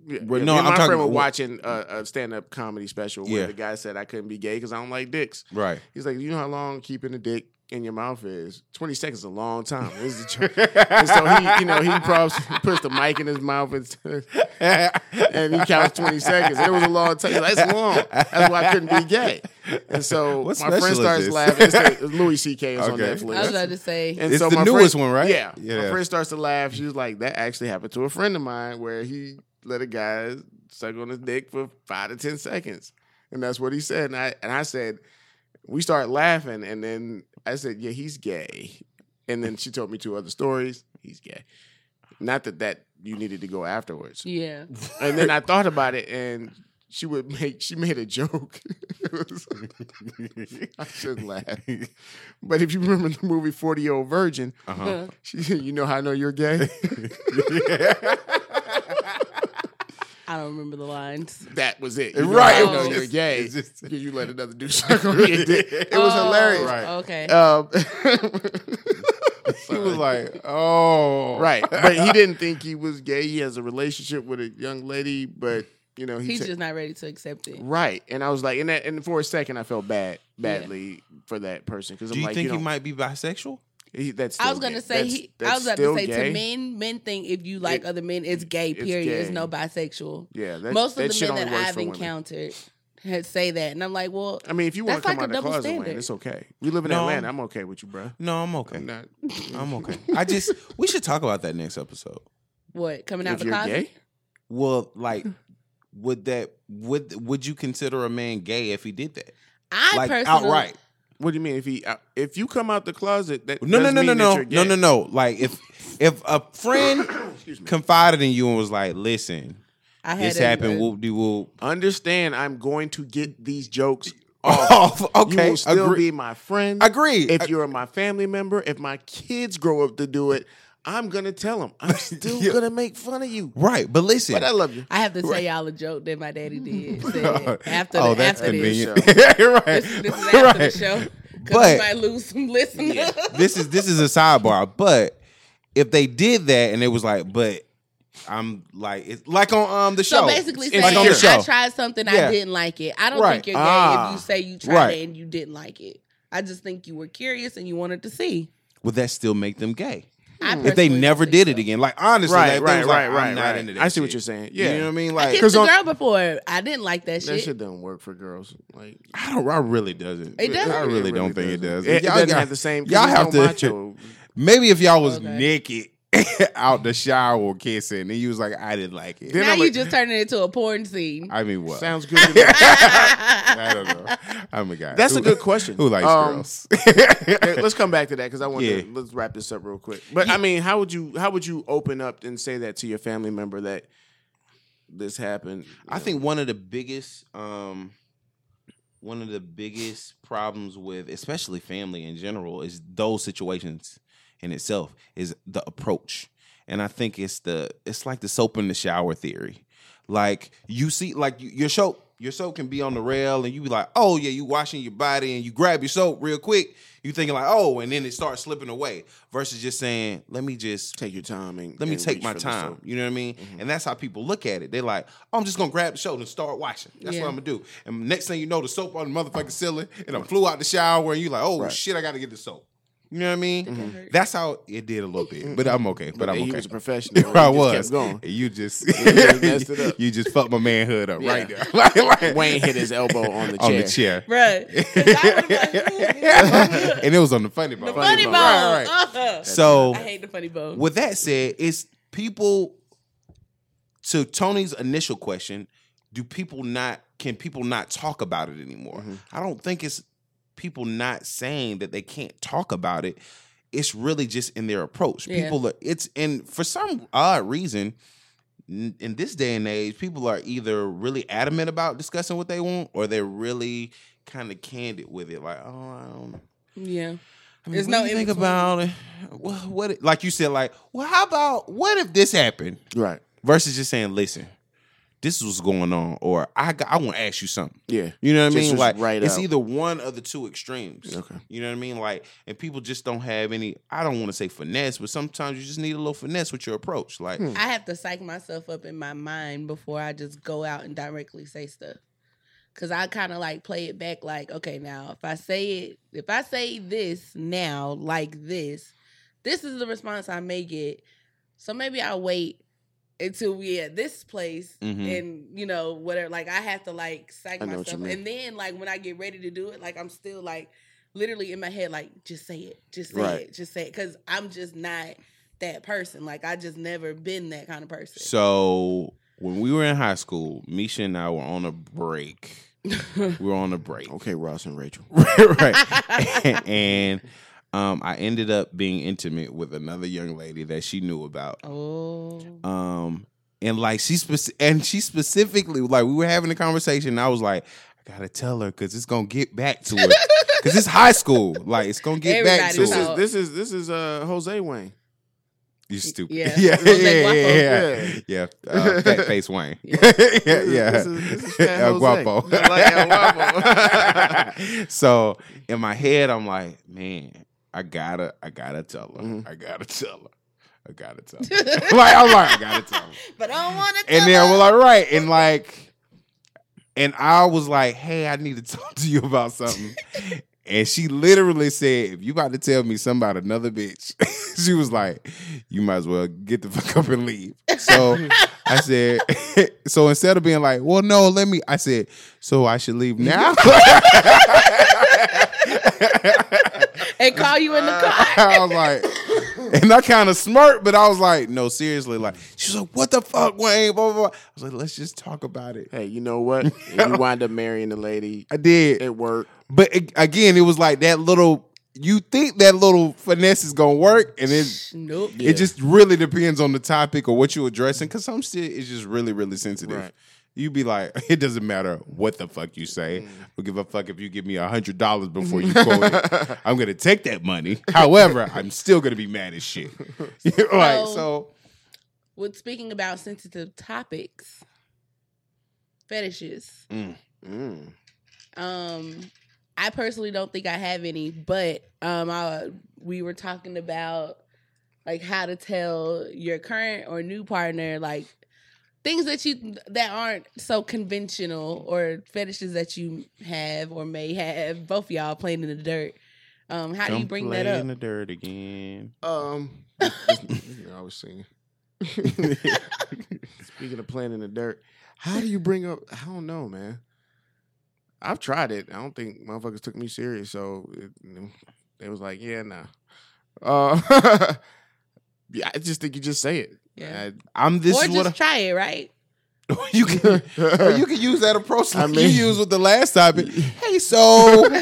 C: Yeah,
B: Well,
C: yeah,
B: no,
C: me and
B: I'm
C: my
B: talking-
C: friend were watching a, a stand-up comedy special where
B: Yeah.
C: the guy said I couldn't be gay because I don't like dicks.
B: Right.
C: He's like, you know how long keeping a dick in your mouth is? Twenty seconds is a long time. This is a joke. and so he, you know, he props, puts the mic in his mouth and and he counts 20 seconds. It was a long time. He's like, That's long. That's why I couldn't be gay. And so
B: What
C: my
B: special
C: friend
B: is
C: starts
B: this?
C: laughing. It's the- it's Louis C.K. is on
B: Okay.
C: Netflix.
A: I was about to say.
C: And
B: It's the
C: my
B: newest
C: friend-
B: one, right?
C: Yeah.
B: Yeah.
C: My friend starts to laugh. She's like, that actually happened to a friend of mine where he let a guy suck on his dick for five to 10 seconds. And that's what he said. And I, and I said, we started laughing. And then I said, yeah, he's gay. And then she told me two other stories. He's gay. Not that that you needed to go afterwards.
A: yeah.
C: And then I thought about it, and she would make she made a joke. I shouldn't laugh, but if you remember the movie Forty Year Old Virgin,
B: Uh-huh.
C: she, said, you know how I know you're gay.
A: I don't remember the lines.
C: that was it, You know
B: Right.
C: how I know
A: Oh.
C: you're gay.
B: It's just-
C: because you let another dude suck on your dick. It was
A: Oh,
C: hilarious.
B: Right.
A: Okay.
C: Um,
B: He was like, oh,
C: right, but he didn't think he was gay. He has a relationship with a young lady, but you know he
A: He's
C: ta-
A: just not ready to accept it.
C: Right, and I was like, and that, and for a second, I felt bad,
A: Yeah.
C: badly for that person because I'm
B: Do you
C: like,
B: think
C: you
B: he
C: know,
B: might be bisexual?
C: he, that's
A: I was
C: still
A: gonna
C: gay.
A: say
C: That's-
A: he, I
C: that's
A: was about
C: still
A: to say
C: gay.
A: to men, men think if you like
C: It-
A: other men, it's gay.
C: it's
A: Period. It's
C: gay.
A: no bisexual.
C: yeah, that,
A: Most
C: that
A: of the
C: shit
A: men
C: only
A: that
C: works
A: I've
C: for women.
A: encountered had say that, and I'm like, well,
C: I mean, if you want
A: That's like
C: to come
A: a
C: out of the
A: double
C: closet, Wayne,
A: standard.
C: it's okay. We live in
B: No.
C: Atlanta. I'm okay with you, bro.
B: No, I'm okay.
C: I'm not.
B: I'm okay. I just we should talk about that next episode.
A: what coming out
C: If
A: the
C: you're
A: closet?
C: gay,
B: Well, like, would that would would you consider a man gay if he did that?
A: I
B: like
A: personally,
B: outright.
C: what do you mean? If he, uh, if you come out the closet, that
B: No, no,
C: doesn't
B: no, no,
C: mean that
B: no,
C: you're
B: no,
C: gay.
B: no, no. Like if if a friend
C: Excuse me.
B: confided in you and was like, "Listen,
A: I had
B: this
A: a-
B: happened.
A: a-
B: Whoop de whoop."
C: Understand? I'm going to get these jokes. off.
B: Oh, okay.
C: you will still
B: agree.
C: be my friend.
B: Agree.
C: if you're my family member, if my kids grow up to do it, I'm gonna tell them. I'm still
B: Yeah.
C: gonna make fun of you.
B: right, but listen.
C: But I love you.
A: I have to tell y'all a joke that my daddy did. said after
B: oh,
A: the,
B: that's
A: after this,
B: convenient. right.
A: this, this is after the
B: Right.
A: show. Because
B: But-
A: we might lose some listeners.
B: this is this is a sidebar, but if they did that and it was like, but I'm like, it's like on um the show.
A: So basically,
B: It's
A: saying
B: on the
A: I
B: show.
A: tried something
B: Yeah.
A: I didn't like it. I don't
B: Right.
A: think you're gay
C: Ah.
A: if you say you tried
B: Right.
A: it and you didn't like it. I just think you were curious and you wanted to see.
B: Would that still make them gay
A: I
B: if they
A: personally
B: never
A: think
B: did
A: so.
B: it again? Like honestly,
C: Right,
B: like, they
C: right,
B: was like,
C: right,
B: I'm
C: right,
B: not
C: right.
B: into that
C: I see what
B: shit.
C: you're saying.
B: you
C: Yeah.
B: know what I mean.
A: I
B: Like,
A: kissed a
C: 'Cause on-
A: girl before. I didn't like that
C: That
A: shit.
C: shit doesn't work for girls. Like
B: I don't. I really doesn't.
A: It doesn't?
B: I really don't think it does.
C: It, it
B: Y'all
C: doesn't
B: got-
C: have the same. 'cause
B: y'all
C: there's
B: have
C: no
B: to-
C: macho.
B: Maybe if y'all was
A: Okay.
B: naked out the shower kissing, and you was like, I didn't like it.
C: Then
A: now
C: I'm
A: you
C: like-
A: just turning it into a porn scene.
B: I mean, what?
C: Sounds good. to me.
B: I don't know. I'm a guy.
C: That's
B: who,
C: a good question.
B: Who likes
C: Um,
B: girls?
C: Hey, Let's come back to that because I want
B: Yeah.
C: to let's wrap this up real quick. But I mean, how would you how would you open up and say that to your family member that this happened?
B: I think one of the biggest, um, one of the biggest problems with, especially family in general, is those situations. in itself is the approach. And I think it's the it's like the soap in the shower theory. Like you see, like you, your soap, your soap can be on the rail, and you be like, oh yeah, you washing your body, and you grab your soap real quick. You thinking like, oh, and then it starts slipping away. Versus just saying, let me just
C: Take your time and
B: let me
C: and
B: take
C: reach
B: my
C: for the Mm-hmm.
B: time.
C: soap.
B: You know what I mean? And that's how people look at it. They're like, oh, I'm just gonna grab the soap and start washing. That's
A: Yeah.
B: what I'm gonna do. And next thing you know, the soap on the motherfucking ceiling, and I flew out the shower, and you like, oh
C: Right. Mm-hmm.
B: shit, I gotta get the soap. You know what I mean?
A: Mhm. hurt.
B: That's how it did a little bit, but I'm okay. But
C: But
B: I'm
C: he
B: okay.
C: was a professional.
B: I
C: He
B: was.
C: just kept going.
B: You just
C: just messed it up.
B: you just fucked my manhood up
C: Yeah.
B: right there. Like- like-
C: Wayne hit his elbow on the chair.
B: on the chair.
A: Bruh. 'Cause I would've been like, "Ooh,
B: and it was on the funny bone.
A: the funny bone.
C: bone.
B: Right, right.
A: Uh-huh.
B: So
A: I hate the funny bone.
B: With that said, it's people to Tony's initial question, do people not can people not talk about it anymore?
C: Mhm.
B: I don't think it's people not saying that they can't talk about it. It's really just in their approach.
A: Yeah.
B: People are it's and for some odd reason n- in this day and age, people are either really adamant about discussing what they want or they're really kind of candid with it. Like, oh, I don't
A: yeah.
B: I mean,
A: There's
B: what
A: no
B: do you
A: in
B: think
A: between.
B: about it? What, what it- like you said, like, well, how about what if this happened?
C: Right.
B: Versus just saying, listen, this is what's going on, or I got, I want to ask you something.
C: Yeah.
B: You know what I
C: Just
B: mean?
C: was
B: Like
C: right
B: it's
C: out.
B: either one of the two extremes.
C: Okay.
B: You know what I mean? Like, and people just don't have any. I don't want to say finesse, but sometimes you just need a little finesse with your approach. Like,
C: Hmm.
A: I have to psych myself up in my mind before I just go out and directly say stuff. Cause I kind of like play it back, like, okay, now if I say it, if I say this now, like this, this is the response I may get. So maybe I wait until we at this place
B: Mhm.
A: and you know whatever like i have to like psych
C: Hmm. I know what
A: myself
C: you mean.
A: and then like when i get ready to do it like i'm still like literally in my head like just say it just say
C: Right.
A: it just say it because i'm just not that person like i just never been that kind of person
B: so when we were in high school, Misha and I were on a break. we were on a break.
C: Okay, Ross and Rachel.
B: right, right. and um, I ended up being intimate with another young lady that she knew about.
A: oh
B: Um, and like she speci- and she specifically like we were having a conversation. And I was like, I gotta tell her because it's gonna get back to her because it's high school. Like it's gonna get back
A: Everybody
B: to
C: This
B: her.
A: talk.
C: is this is this is uh Jose Wayne.
B: You stupid.
A: Yeah.
B: yeah,
A: Jose
B: yeah, yeah,
C: Guapo.
B: yeah. yeah. Uh, fat face Wayne.
A: Yeah.
B: yeah, yeah.
C: This is- this is Fat
B: El
C: Jose.
B: Guapo.
C: I like El Guapo.
B: so in my head, I'm like, man, I gotta, I gotta tell her,
C: Mhm.
B: I gotta tell her, I gotta tell her. like I'm like, I gotta tell her.
A: but i don't want to
B: And then we're like, right, and like, and I was like, hey, I need to talk to you about something. And she literally said, if you about to tell me something about another bitch, she was like, you might as well get the fuck up and leave. So I said, so instead of being like, well, no, let me, I said, so I should leave now?
A: and call you in the car
B: I was like, and I kind of smirked, but I was like, no, seriously. Like, she was like, what the fuck, Wayne? Blah, blah, blah. I was like, let's just talk about it.
C: Hey, you know what? If you wind up marrying the lady
B: I did.
C: at work.
B: But it, again, it was like that little, you think that little finesse is going to work, and it,
A: nope
C: Yeah.
B: it just really depends on the topic or what you're addressing, because some shit is just really, really sensitive.
C: Right.
B: You be like, it doesn't matter what the fuck you
C: Mm.
B: say. I'll give a fuck if you give me a hundred dollars before you quote it. I'm gonna take that money. However, I'm still gonna be mad as shit. like
A: So-
B: so,
A: with speaking about sensitive topics fetishes
C: Mm.
A: Um, I personally don't think I have any, but um, I we were talking about like how to tell your current or new partner like things that you that aren't so conventional or fetishes that you have or may have. Both of y'all playing in the dirt. Um, how do you bring that up?
B: the dirt again.
C: Um I was singing. Speaking of playing in the dirt, how do you bring up I don't know, man. I've tried it. I don't think motherfuckers took me serious, so it, they was like, "Yeah, nah." Uh, yeah, I just think you just say it.
A: Yeah.
C: I-
B: I'm this
A: or
B: is what
A: just try it, right?
B: I- you can. or you can use that approach
C: I
B: like
C: mean-
B: you used with the last topic. Hey, so what do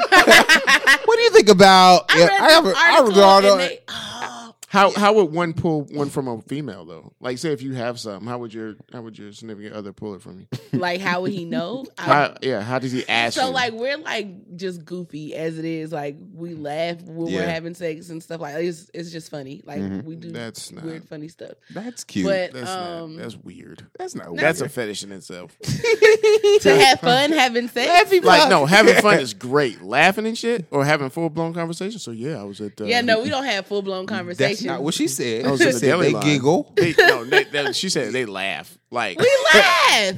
B: you think about?
A: I
B: Yeah,
A: read
B: I have a- uh,
A: this
B: I
A: article
B: regard
A: and
B: it-
A: they- oh,
C: How how would one pull one from a female though? Like say if you have something, how would your how would your significant other pull it from you?
A: Like, how would he know? I-
C: How, yeah, how does he ask?
A: so
C: you?
A: like we're like just goofy as it is. Like we laugh when we're
B: Yeah.
A: having sex and stuff. Like it's it's just funny. Like
B: Mhm.
A: we do
C: that's not
A: weird funny stuff.
B: That's cute.
A: But
C: that's
A: um,
C: not, that's weird.
B: that's not.
C: That's a
B: weird.
C: fetish in itself.
A: to have fun having sex.
C: Like no, having fun is great. Laughing and shit, or having full blown conversation. So yeah, I was at. Uh,
A: yeah, no, we don't have full blown
B: That's
A: conversations.
B: not what she said.
C: I was
B: She
C: in the
B: said
C: deli
B: they
C: line.
B: giggle.
C: They, no, they, they- she said they laugh. Like
A: we laugh.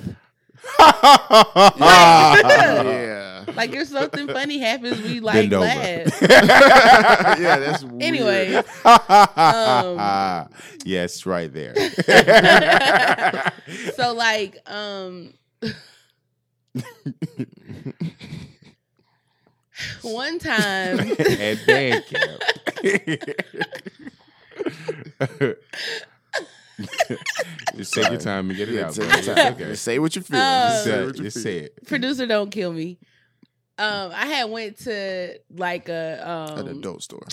C: uh, yeah,
A: Like if something funny happens, we like
B: Bend over.
A: laugh.
C: yeah. That's weird.
A: Anyway,
B: yes, right there.
A: Um. so like um one time
B: At band camp. Just take your time and get it
C: Yeah,
B: out.
C: take
B: bro.
C: your
B: It's
C: time.
B: okay.
C: Just say what you feel.
A: Uh,
C: Just
B: Just
C: say
B: say
C: what
B: it.
C: you
B: Just
C: feel.
B: say it.
A: producer don't kill me. Um I had went to like a
C: An
A: um
C: adult store.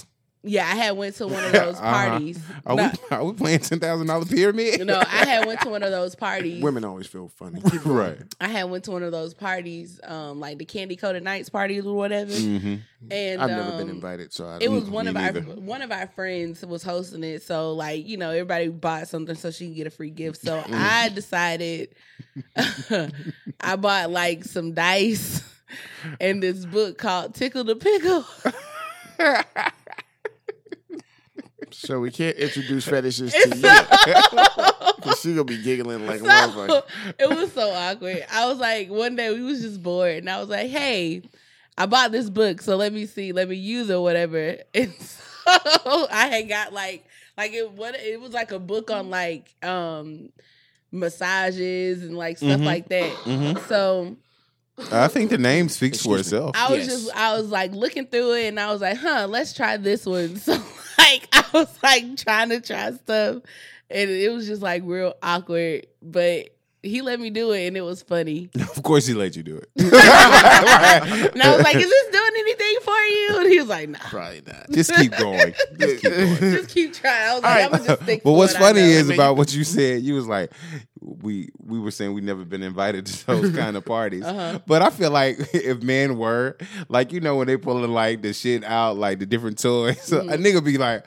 A: yeah, I had went to one of those
B: Uh-huh.
A: parties.
B: Are
A: No,
B: we are we playing ten thousand dollar pyramid?
A: no, I had went to one of those parties.
C: Women always feel funny.
B: right.
A: I had went to one of those parties, um, like the Candy Coated Nights parties or whatever.
B: Mm-hmm.
A: And
C: I've never
A: um,
C: been invited, so I
A: It
C: don't
A: was
C: know.
A: one
B: me
A: of our
B: neither.
A: one of our friends was hosting it, so like you know everybody bought something so she can get a free gift. So
C: Mm.
A: I decided I bought like some dice and this book called Tickle the Pickle.
C: So we can't introduce fetishes to
A: It's
C: you.
A: so-
C: 'cause she gonna be giggling like a
A: so
C: motherfucker.
A: it was so awkward. I was like, one day we was just bored, and I was like, "Hey, I bought this book, so let me see, let me use it, or whatever." And so I had got like, like it what it was like a book on like um massages and like stuff
B: Mhm.
A: like that.
B: Mm-hmm.
A: So
B: I think the name speaks for
C: Excuse me.
B: itself.
A: I was
C: Yes.
A: just I was like looking through it and I was like, huh, let's try this one. So like I was like trying to try stuff and it was just like real awkward. But he let me do it and it was funny.
B: Of course, he let you do it.
A: And I was like, is this doing anything for you? And he was like, nah.
C: Probably not.
B: just keep going. Just keep going.
A: Just keep trying. I was like,
C: All right.
A: I'm gonna just stick
B: but
A: to
B: what's
A: what I
B: funny
A: know."
B: is
C: Make-
B: about what you said. You was like, we we were saying we never been invited to those kind of parties.
A: Uh-huh.
B: But I feel like if men were like, you know, when they pulling like the shit out, like the different toys, a nigga be like,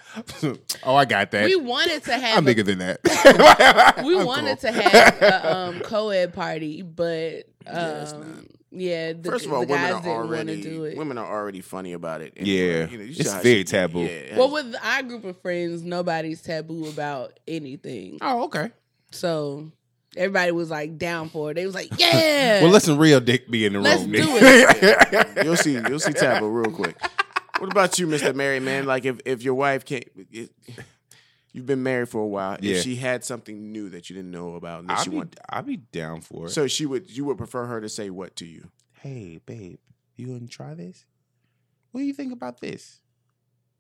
B: oh, I got that.
A: Mm-hmm. we wanted to have
B: I'm
A: a-
B: bigger than that.
A: we
B: I'm
A: wanted
B: cool.
A: to have a um, co-ed party, but
C: Yeah, it's
A: um, yeah, the,
C: First of all,
A: the
C: women
A: guys
C: are
A: didn't want
C: already
A: to do it.
C: women are already funny about it.
B: Yeah.
C: you
B: It's
C: try-
B: very taboo.
C: Yeah.
A: Well, with our group of friends, nobody's taboo about anything.
B: Oh, okay.
A: So everybody was like down for it. They was like, yeah.
B: Well, listen, real dick be in the
A: Let's
B: room.
A: do
B: nigga.
C: you'll see. You'll see taboo real quick. What about you, Mister Married Man? Like if if your wife can't. It, You've been married for a while.
B: Yeah.
C: If she had something new that you didn't know about, and that
B: I'll
C: she
B: be,
C: wanted,
B: I'll be down for it.
C: so she would, you would prefer her to say what to you?
B: hey, babe, you wouldn't try this? What do you think about this?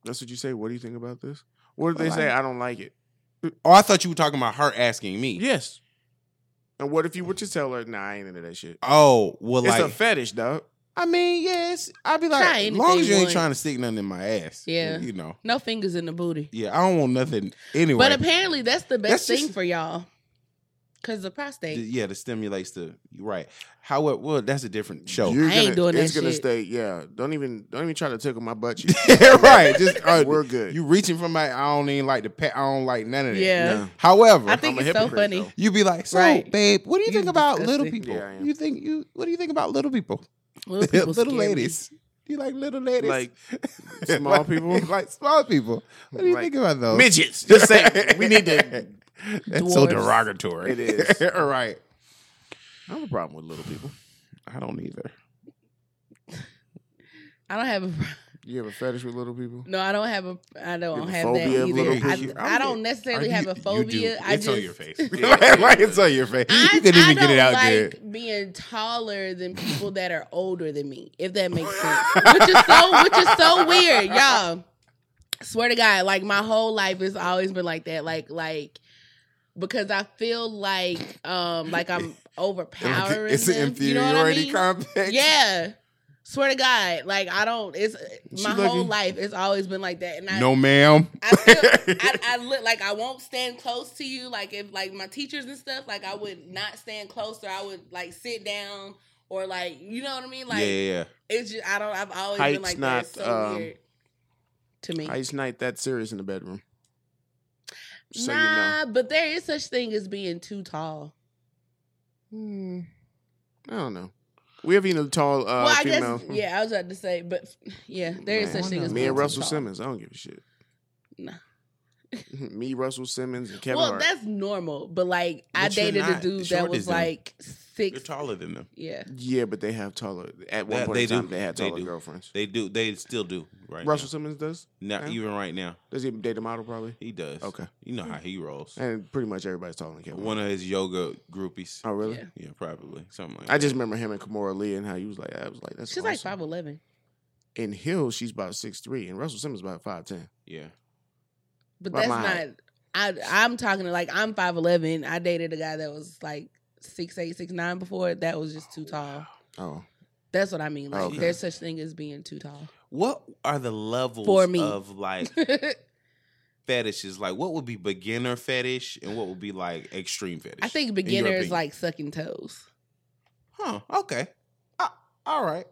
C: That's what you say. What do you think about this? What if they
B: Well,
C: say
B: I-
C: I don't like it?
B: Oh, I thought you were talking about her asking me.
C: Yes. And what if you were to tell her, Nah, I ain't into that shit.
B: Oh, well,
C: it's
B: like
C: a fetish, dog.
B: I mean, yes, I'd be
A: Try
B: like, as
A: anything
B: long as you ain't
A: once.
B: trying to stick nothing in my ass.
A: Yeah.
B: you know.
A: no fingers in the booty.
B: Yeah, I don't want nothing anyway.
A: But apparently, that's the best
B: That's just-
A: thing for y'all because the prostate.
B: Th- yeah, the stimulates the you're right. However, well, that's a different show.
C: You're
A: I ain't
C: gonna-
A: doing
C: It's
A: that
C: gonna
A: shit.
C: stay. Yeah. Don't even. Don't even try to tickle my butt. You.
B: right, just uh,
C: We're good.
B: You reaching for my? I don't even like the pet. I don't like none of that.
A: yeah,
C: No.
B: However,
A: I think
C: I'm a
A: it's so
C: hypocrite,
A: funny.
C: though.
B: you be like, so
A: Right.
B: babe, what do you
A: You
B: think about little
A: disgusting.
B: people?
C: Yeah, I am.
B: you think you? What do you think about little people?
A: Little, people
B: little
A: scare
B: ladies. Do you like little ladies?
C: Like small people?
B: like small people. What do you
C: Like
B: think about those?
C: midgets. Just say we need to.
B: That's so
A: Dwarfs.
B: derogatory.
C: It is.
B: All right.
C: I have a problem with little people.
B: I don't either.
A: I don't have a
C: You have a fetish with little people?
A: no. I don't have a. I
C: You
A: don't
C: have a
A: have that
C: phobia of
A: either.
C: little
A: I,
C: people?
A: I don't necessarily have a phobia. I
B: it's
A: just
B: on your face.
C: Yeah.
B: like it's on your face.
A: I,
B: you couldn't
A: I
B: even
A: don't
B: get it out
A: like
B: good.
A: being taller than people that are older than me, if that makes sense. Which is so which is so weird, y'all. Swear to God, like my whole life has always been like that. Like like because I feel like um like I'm overpowering.
B: It's an
A: them, you know what I
B: inferiority
A: mean?
B: complex.
A: Yeah. Swear to God, like I don't. It's
C: She
A: my whole
C: lucky.
A: life. It's always been like that, and I
B: no, ma'am.
A: I still, I, I look like I won't stand close to you. Like if like my teachers and stuff, like I would not stand close, or I would like sit down, or like you know what I mean. Like
B: yeah, yeah,
A: it's just I don't. I've always been
C: Height's
A: like
C: not,
A: that. It's so
C: um,
A: weird to me.
C: Ice night that serious in the bedroom. So
A: nah, but there is such thing as being too tall.
C: you know. Hmm. I don't know. We have eaten a tall uh,
A: well, I
C: female.
A: guess yeah. I was about to say, but yeah,
B: Hmm.
A: there is
C: Man,
A: such thing as
C: me
A: being
C: and
A: too
C: Russell
A: tall.
C: Simmons. I don't give a shit.
A: Nah.
C: me, Russell Simmons, and Kevin
A: well,
C: Hart.
A: that's normal, but like I
B: But you're
A: dated a
B: not
A: dude
B: as
A: that
B: short
A: was
B: as them.
A: like
B: You're
A: six.
B: taller than them.
A: Yeah,
C: Yeah, but they have taller. At one
B: That-
C: point
B: they
C: in time,
B: do.
C: they had
B: They
C: taller
B: do.
C: girlfriends.
B: They do. They still do. Right.
C: Russell Simmons does.
B: Now,
C: now?
B: Not even right now.
C: Does he even date a model? Probably.
B: He does.
C: Okay.
B: You know how he rolls.
C: Mm. And pretty much everybody's taller than Kevin. Hart.
B: One of his yoga groupies.
C: Oh, really?
A: Yeah.
B: Yeah, probably something like.
C: I
B: that.
C: just remember him and Kamora Lee and how he was like, I was like, that's
A: she's like
C: awesome.
A: five eleven.
C: In Hill, she's about six three, and Russell Simmons about five ten.
B: Yeah.
A: But
C: But
A: that's
C: my
A: not.
C: height.
A: I I'm talking to like I'm five eleven. I dated a guy that was like six eight six nine before. That was just too tall.
C: Oh,
A: That's what I mean. Like
C: Okay.
A: there's such thing as being too tall.
B: What are the levels
A: For me.
B: of like fetishes? Like, what would be beginner fetish, and what would be like extreme fetish?
A: I think
B: in your
A: beginner is
B: opinion?
A: like sucking toes.
B: huh? Okay. Ah, all right.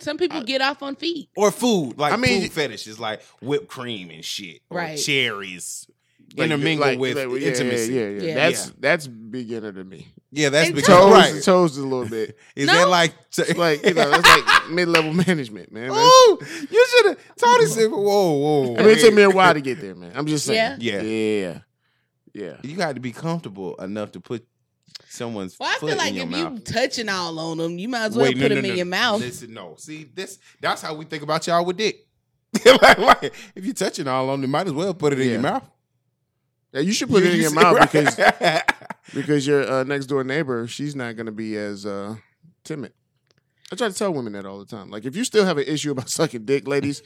A: Some people
C: I-
A: get off on feet.
B: Or food, like
C: I mean-
B: food fetishes, like whipped cream and shit, or
A: Right.
B: Cherries
C: Like,
B: intermingle
C: like-
B: with
C: like, yeah,
B: intimacy.
C: Yeah, yeah,
A: Yeah.
C: yeah. That's that's beginner to me.
B: Yeah, that's
A: And
B: because
C: Toes,
B: right.
C: toes is a little bit.
B: Is
A: No.
B: that like
C: Like you know, it's like mid level management, man. That's-
B: Ooh, you should have Tony said, "Whoa, whoa."
C: I mean, it took me a while to get there, man. I'm just saying.
B: Yeah.
C: yeah, yeah.
B: You got to be comfortable enough to put someone's
A: Well, I
B: foot
A: feel like
B: in
A: if
B: your mouth.
A: you touching all on them, you might as well
B: Wait,
A: put
B: no, no,
A: them
B: no,
A: in
B: no.
A: your mouth.
B: Listen, no, see this—that's how we think about y'all with dick. like, like, if you're touching all on them, might as well put it in
C: Yeah.
B: your mouth.
C: Yeah, you should put
B: You-
C: it in
B: you
C: your
B: see-
C: mouth because
B: right.
C: because your uh, next door neighbor, she's not going to be as uh, timid. I try to tell women that all the time. Like, if you still have an issue about sucking dick, ladies,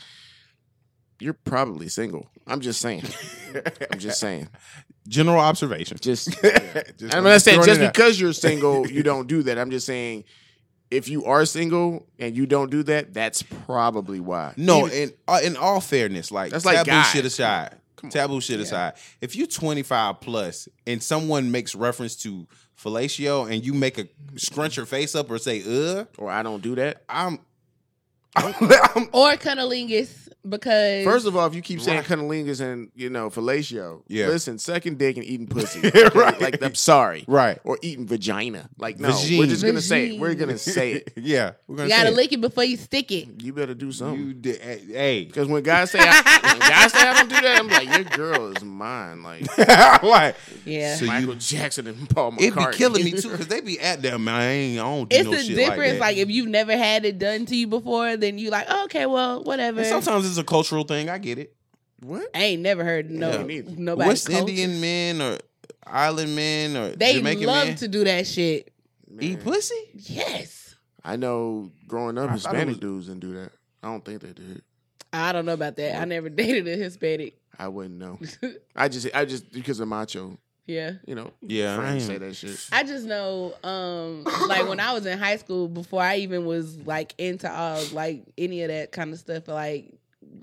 C: you're probably single. I'm just saying. I'm just saying.
B: general observation.
C: Just
B: Just-
C: I'm not saying
B: throwing
C: just
B: it out.
C: because you're single, you don't do that. I'm just saying if you are single and you don't do that, that's probably why.
B: No,
C: Even-
B: in uh, in all fairness, like
C: That's like
B: taboo
C: guys.
B: shit aside,
C: Come on.
B: taboo shit aside. If you 25 plus and someone makes reference to fellatio and you make a scrunch your face up or say "uh,"
C: or I don't do that.
B: I'm, I'm, I'm
A: Or cunnilingus because
C: First of all, if you keep saying
B: Right.
C: cunnilingus and you know fellatio,
B: Yeah.
C: listen, sucking dick and eating pussy,
B: Yeah, right.
C: Like I'm sorry,
B: right.
C: or eating vagina. Like no, we're
B: Vagine.
C: just gonna say it. We're gonna
A: Vagine.
C: say it.
B: Yeah, we're gonna
A: you gotta
B: say it.
A: lick it before you stick it.
C: You better do something.
B: You did, hey,
C: because when guys say I, when guys say I don't do that, I'm like, your girl is mine. Like
B: like
A: Yeah.
B: So
C: Michael
B: you,
C: Jackson and Paul McCartney.
B: it be killing me too because they be at them. I ain't, I don't do
A: it's
B: no
A: a
B: shit
A: difference.
B: like, that.
A: Like, if you've never had it done to you before, then you like, oh, okay, well, whatever.
B: And sometimes it's a cultural thing. I get it.
C: What?
A: I ain't never heard no
C: Yeah, me neither.
A: nobody.
B: West
A: culture.
B: Indian men or island men or
A: They
B: Jamaican
A: love
B: men
A: to do that shit.
B: eat
C: Man,
B: pussy.
A: Yes.
C: I know. Growing up,
B: I thought it
C: Hispanic
B: was-
C: dudes didn't do that. I don't think they did.
A: I don't know about that. I never dated a Hispanic.
C: I wouldn't know. I just, I just because of macho,
A: yeah.
C: you know.
B: Yeah, I
C: friends
B: ain't-
C: say that shit.
A: I just know, um, like when I was in high school, before I even was like into all like any of that kind of stuff, like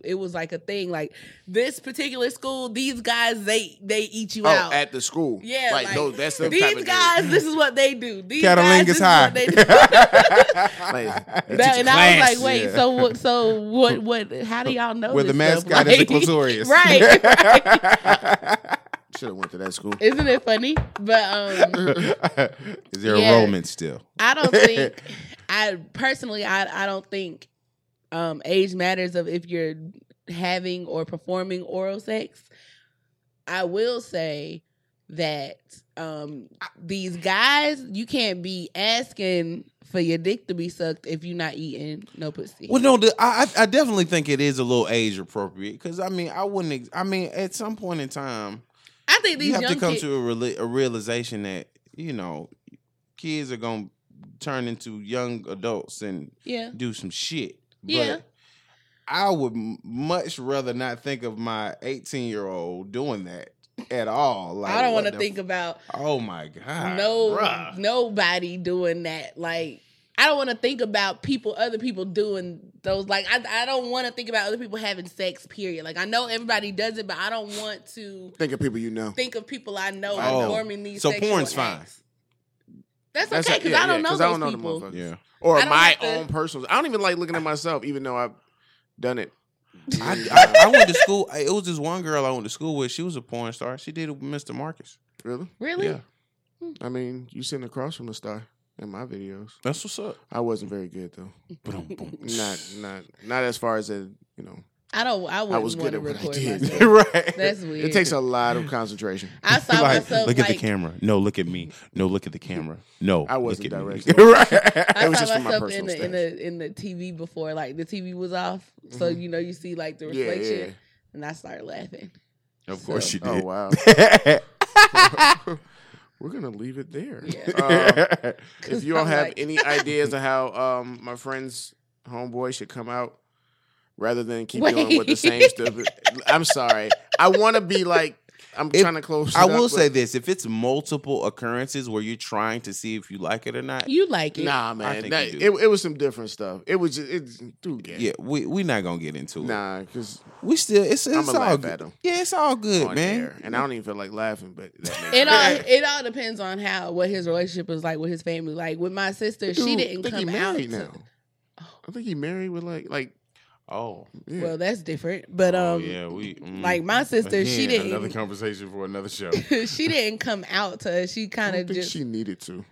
A: it was like a thing. Like this particular school, these guys they they eat you
C: Oh,
A: out.
C: at the school.
A: Yeah,
C: like,
A: like,
C: no, that's the type
A: these
C: of
A: guys, this is what they do. These guys, this is
B: Catalingus high.
A: what they do. That- and I was like, wait,
B: Yeah.
A: so what? So what? What? How do y'all know?
B: where the
A: this stuff?
B: mascot is a
A: Like-
B: clitoris.
A: right, right?
C: Should have went to that school.
A: Isn't it funny? But um,
B: is there
A: Yeah.
B: a Roman still?
A: I don't think I personally I I don't think um age matters of if you're having or performing oral sex. I will say that um these guys you can't be asking for your dick to be sucked if you're not eating no pussy.
B: Well, no, the, I I I definitely think it is a little age appropriate because I mean I wouldn't ex- I mean at some point in time
A: I think these
B: you have to
A: young
B: come
A: kids,
B: to a, reali- a realization that you know kids are gonna turn into young adults and
A: yeah.
B: do some shit. But
A: Yeah.
B: I would m- much rather not think of my 18 year old doing that at all. Like,
A: I don't
B: what
A: want to
B: the
A: think about
B: Oh my god.
A: no
B: bruh.
A: nobody doing that. Like I don't want to think about people, other people doing those. Like, I, I don't want to think about other people having sex, period. Like, I know everybody does it, but I don't want to
C: Think of people you know.
A: think of people I know
B: Oh,
A: performing these
B: so
A: sexual
B: porn's fine.
A: acts. That's
C: That's
A: okay,
C: it.
A: because
C: Yeah,
A: I don't
C: yeah,
A: know
C: 'cause
A: those
C: I don't know the
A: people.
C: motherfuckers.
B: Yeah.
C: Or
A: I don't
C: my
A: have to-
C: own personal. I don't even like looking at myself, even though I've done it.
B: I, I, I went to school. It was this one girl I went to school with. She was a porn star. She did it with Mr. Marcus.
C: Really?
A: Really?
B: Yeah.
C: I mean, you sitting across from a star in my videos.
B: That's what's up.
C: I wasn't very good though. Not, not, not as far as a, you know.
A: I don't. I wouldn't
C: I was
A: want
C: good
A: to
C: at what I
A: record
C: did.
A: myself.
C: right.
A: That's weird.
C: It takes a lot of concentration.
A: I saw
B: like,
A: myself
B: look
A: like
B: at the camera. No, look at me. No, look at the camera. No,
C: I wasn't
B: look at me.
A: I
C: directed. right. It was
A: saw
C: just for my
A: myself in
C: personal
A: the, in
C: stash.
A: the in the TV before, like the TV was off, so
C: Mhm.
A: you know you see like the
C: Yeah,
A: reflection,
C: yeah.
A: and I started laughing.
B: Of course
A: So-
B: you
C: Oh
B: did.
C: wow. We're gonna leave it there.
A: Yeah.
C: Um, if you all
A: I'm
C: have
A: like-
C: any ideas of how um, my friend's homeboy should come out, rather than keep going with the same
A: Wait.
C: stupid, I'm sorry. I want to be like I'm
B: If-
C: trying to close.
B: I
C: it up,
B: will
C: but-
B: say this: if it's multiple occurrences where you're trying to see if you like it or not,
A: You like it?
C: Nah, man.
B: think
C: That,
B: you do.
C: it, it was some different stuff. It was just, it's dude gay.
B: yeah, we we're not gonna get into it.
C: Nah, because
B: We still it's,
C: I'ma
B: it's all
C: laugh
B: good.
C: at 'em.
B: Yeah, it's all good,
C: on
B: man.
C: air, and I don't even feel like laughing, but that
A: It all it all depends on how what his relationship was like with his family. Like with my sister, she didn't
C: think he
A: come out.
C: married
A: to- Oh.
C: now. I think he married with like like.
B: Oh,
C: Yeah.
A: Well, that's different. But um,
B: oh yeah, we mm.
A: like my sister, she
B: Again, Another
A: didn't
B: conversation for another show.
A: she didn't come out to us. She
C: I
A: kind
C: don't
A: of
C: think
A: just
C: she needed to.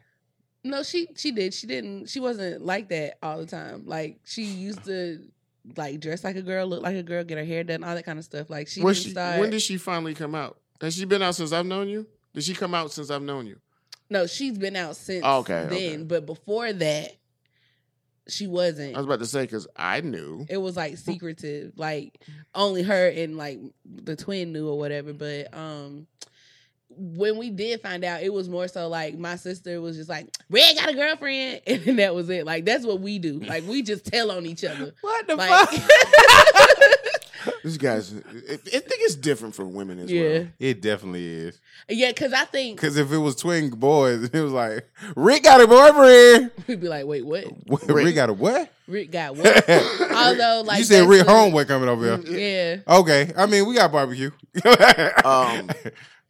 A: No, she she did. She didn't. She wasn't like that all the time. Like she used to like dress like a girl, look like a girl, get her hair done, all that kind of stuff. Like she
C: When
A: didn't
C: she-
A: start.
C: When did she finally come out? Has she been out since I've known you? Did she come out since I've known you?
A: no, she's been out since
C: Oh, okay,
A: then,
C: okay.
A: but before that, she wasn't.
C: I was about to say because I knew.
A: it was like secretive, like only her and like the twin knew or whatever. But um, when we did find out, it was more so like my sister was just like, "Red got a girlfriend," and then that was it. Like that's what we do. Like we just tell on each other.
B: what the
A: Like,
B: fuck?
C: This guy's. I I think it's different for women as
A: yeah,
C: well.
B: It definitely is.
A: yeah, because I think
B: Because if it was twin boys, it was like Rick got a boyfriend.
A: we'd be like, wait, what?
B: What,
C: Rick.
B: Rick got a what?
A: Rick got what? Although, like
B: you said
A: that's
B: Rick
A: the-
B: Homewood coming over here.
A: Yeah,
B: Okay, I mean we got barbecue.
C: Um,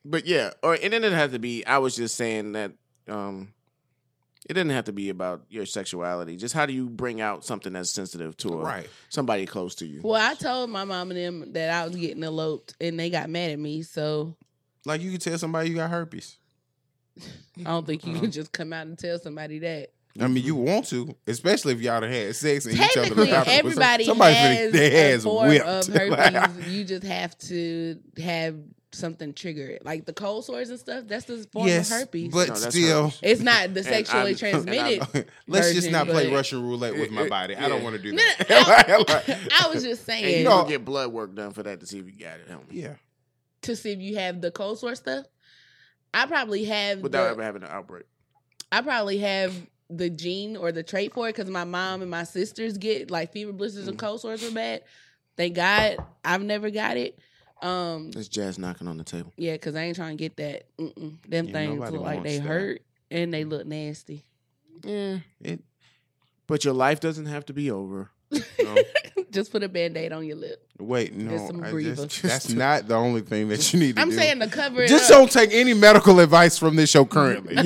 C: but yeah, or it didn't have to be. I was just saying that. Um, it didn't have to be about your sexuality. Just how do you bring out something that's sensitive to a,
B: right.
C: somebody close to you?
A: well, I told my mom and them that I was getting eloped, and they got mad at me. So
B: Like you could tell somebody you got herpes.
A: I don't think
B: Uh-huh.
A: you can just come out and tell somebody that.
B: I mean, you want to, especially if y'all done had sex and each other.
A: Technically,
B: got-
A: everybody
B: somebody
A: has
B: finna- their
A: a
B: ass
A: form
B: whipped.
A: of herpes. you just have to have something trigger it, like the cold sores and stuff. That's the form
B: yes,
A: of herpes.
B: but
C: No, that's
B: still,
C: hers.
A: it's not the
C: And
A: sexually
C: I'm- and I'm-
A: transmitted.
B: let's just
A: Virgin,
B: not play
A: but-
B: Russian roulette with my
C: Yeah.
B: body. I don't want to do
A: No,
B: that.
A: no,
B: Like-
A: I, I was just
C: And you
A: saying
C: don't get blood work done for that to see if you got it. homie,
B: yeah,
A: to see if you have the cold sore stuff. I probably have
C: Without
A: the-
C: ever having an outbreak.
A: I probably have the gene or the trait for it because my mom and my sisters get like fever blisters
B: Mm.
A: and cold sores are bad. Thank God I've never got it. Um,
C: That's jazz knocking on the table.
A: yeah, because I ain't trying to get that. Mm-mm. Them
B: Yeah,
A: things
B: nobody
A: look like
B: wants
A: they
B: that.
A: hurt and
C: Mm.
A: they look nasty.
C: Yeah,
B: it,
C: but your life doesn't have to be over.
B: no.
A: Just put a band aid on your lip.
B: Wait, no,
A: some
B: I
A: Breva.
B: just, that's not the only thing that you need to
A: I'm
B: do.
A: saying to cover it.
B: just
A: up.
B: don't take any medical advice from this show currently.
C: Yes,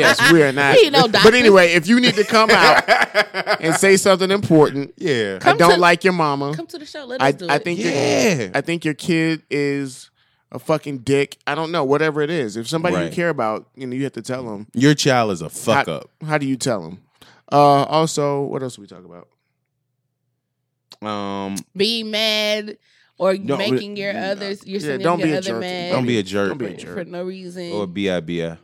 C: yes, we are not.
A: We ain't no
C: but
A: doctors.
C: anyway, if you need to come out and say something important,
B: yeah,
A: Come
C: I don't
A: to-
C: like your mama.
A: come to the show. Let us
C: I,
A: do
C: I
A: it.
C: think
B: Yeah.
C: your, I think your kid is a fucking dick. I don't know. Whatever it is, if somebody you
B: Right.
C: care about, you know, you have to tell them.
B: your child is a fuck
C: how,
B: up.
C: How do you tell them? Uh, also, what else we talk about?
B: Um,
A: being mad or
B: No,
A: making your
C: no.
A: others your
C: Yeah,
A: significant
C: don't be a
A: other
C: jerk.
A: mad
B: don't be a jerk.
C: Don't be a jerk.
A: for no reason.
B: Or be a be a.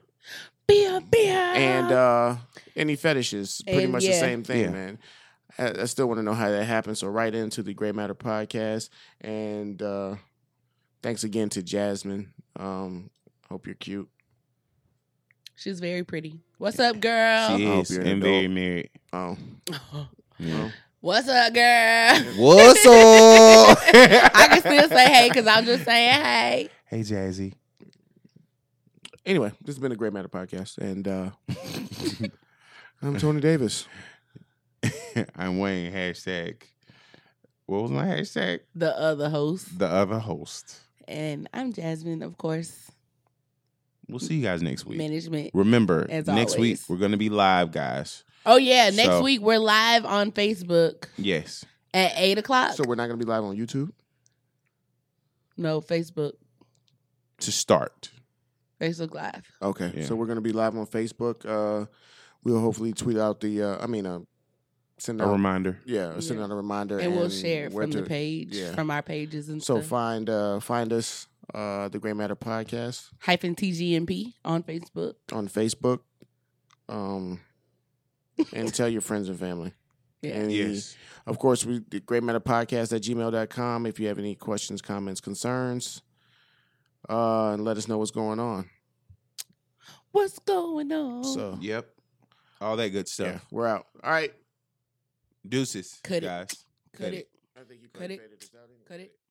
A: be a be a
C: And uh, any fetishes, pretty
A: And
C: much the
A: yeah.
C: same thing,
B: Yeah.
C: man. I, I still want to know how that happened. So write into the Gray Matter podcast. And uh, thanks again to Jasmine. Um, hope you're cute.
A: She's very pretty. What's up, girl?
B: She
C: I hope
B: is
C: you're an
B: and
C: adult.
B: very married.
C: Oh,
B: Yeah.
A: What's up, girl?
B: What's up?
A: I can still say hey because I'm just saying hey.
B: hey, Jazzy.
C: anyway, this has been a Gray Matter podcast, and uh, I'm Tony Davis.
B: I'm Wayne. Hashtag. What was my hashtag?
A: the other host.
B: The other host.
A: And I'm Jasmine, of course.
B: We'll see you guys next week.
A: Management.
B: Remember,
A: As
B: next week
A: always.
B: we're gonna be live, guys.
A: Oh yeah, next
B: So-
A: week we're live on Facebook
B: Yes.
A: at eight o'clock.
C: So we're not gonna be live on YouTube.
A: no, Facebook,
B: To start.
A: Facebook Live.
C: Okay.
B: Yeah.
C: So we're gonna be live on Facebook. Uh, we'll hopefully tweet out the. Uh, I mean, uh, send
B: A
C: out.
B: reminder.
C: yeah, send
A: Yeah.
C: out a reminder,
A: And we'll share it
C: where
A: from the
C: to-
A: page,
C: yeah.
A: from our pages and
C: So
A: stuff.
C: find uh, find us uh, the Gray Matter Podcast
A: Hyphen TGMP on Facebook.
C: on Facebook, um, and tell your friends and family.
A: Yeah.
C: And
B: Yes.
C: Of course, we the Great Matter Podcast at gmail.com if you have any questions, comments, concerns. Uh, and let us know what's going on.
A: What's going on?
C: So
B: Yep. All that good stuff.
C: yeah, we're out. All right.
B: Deuces,
A: Cut it.
B: guys.
A: Cut it.
C: I think you
A: Cut it. faded us
C: out
A: Cut it.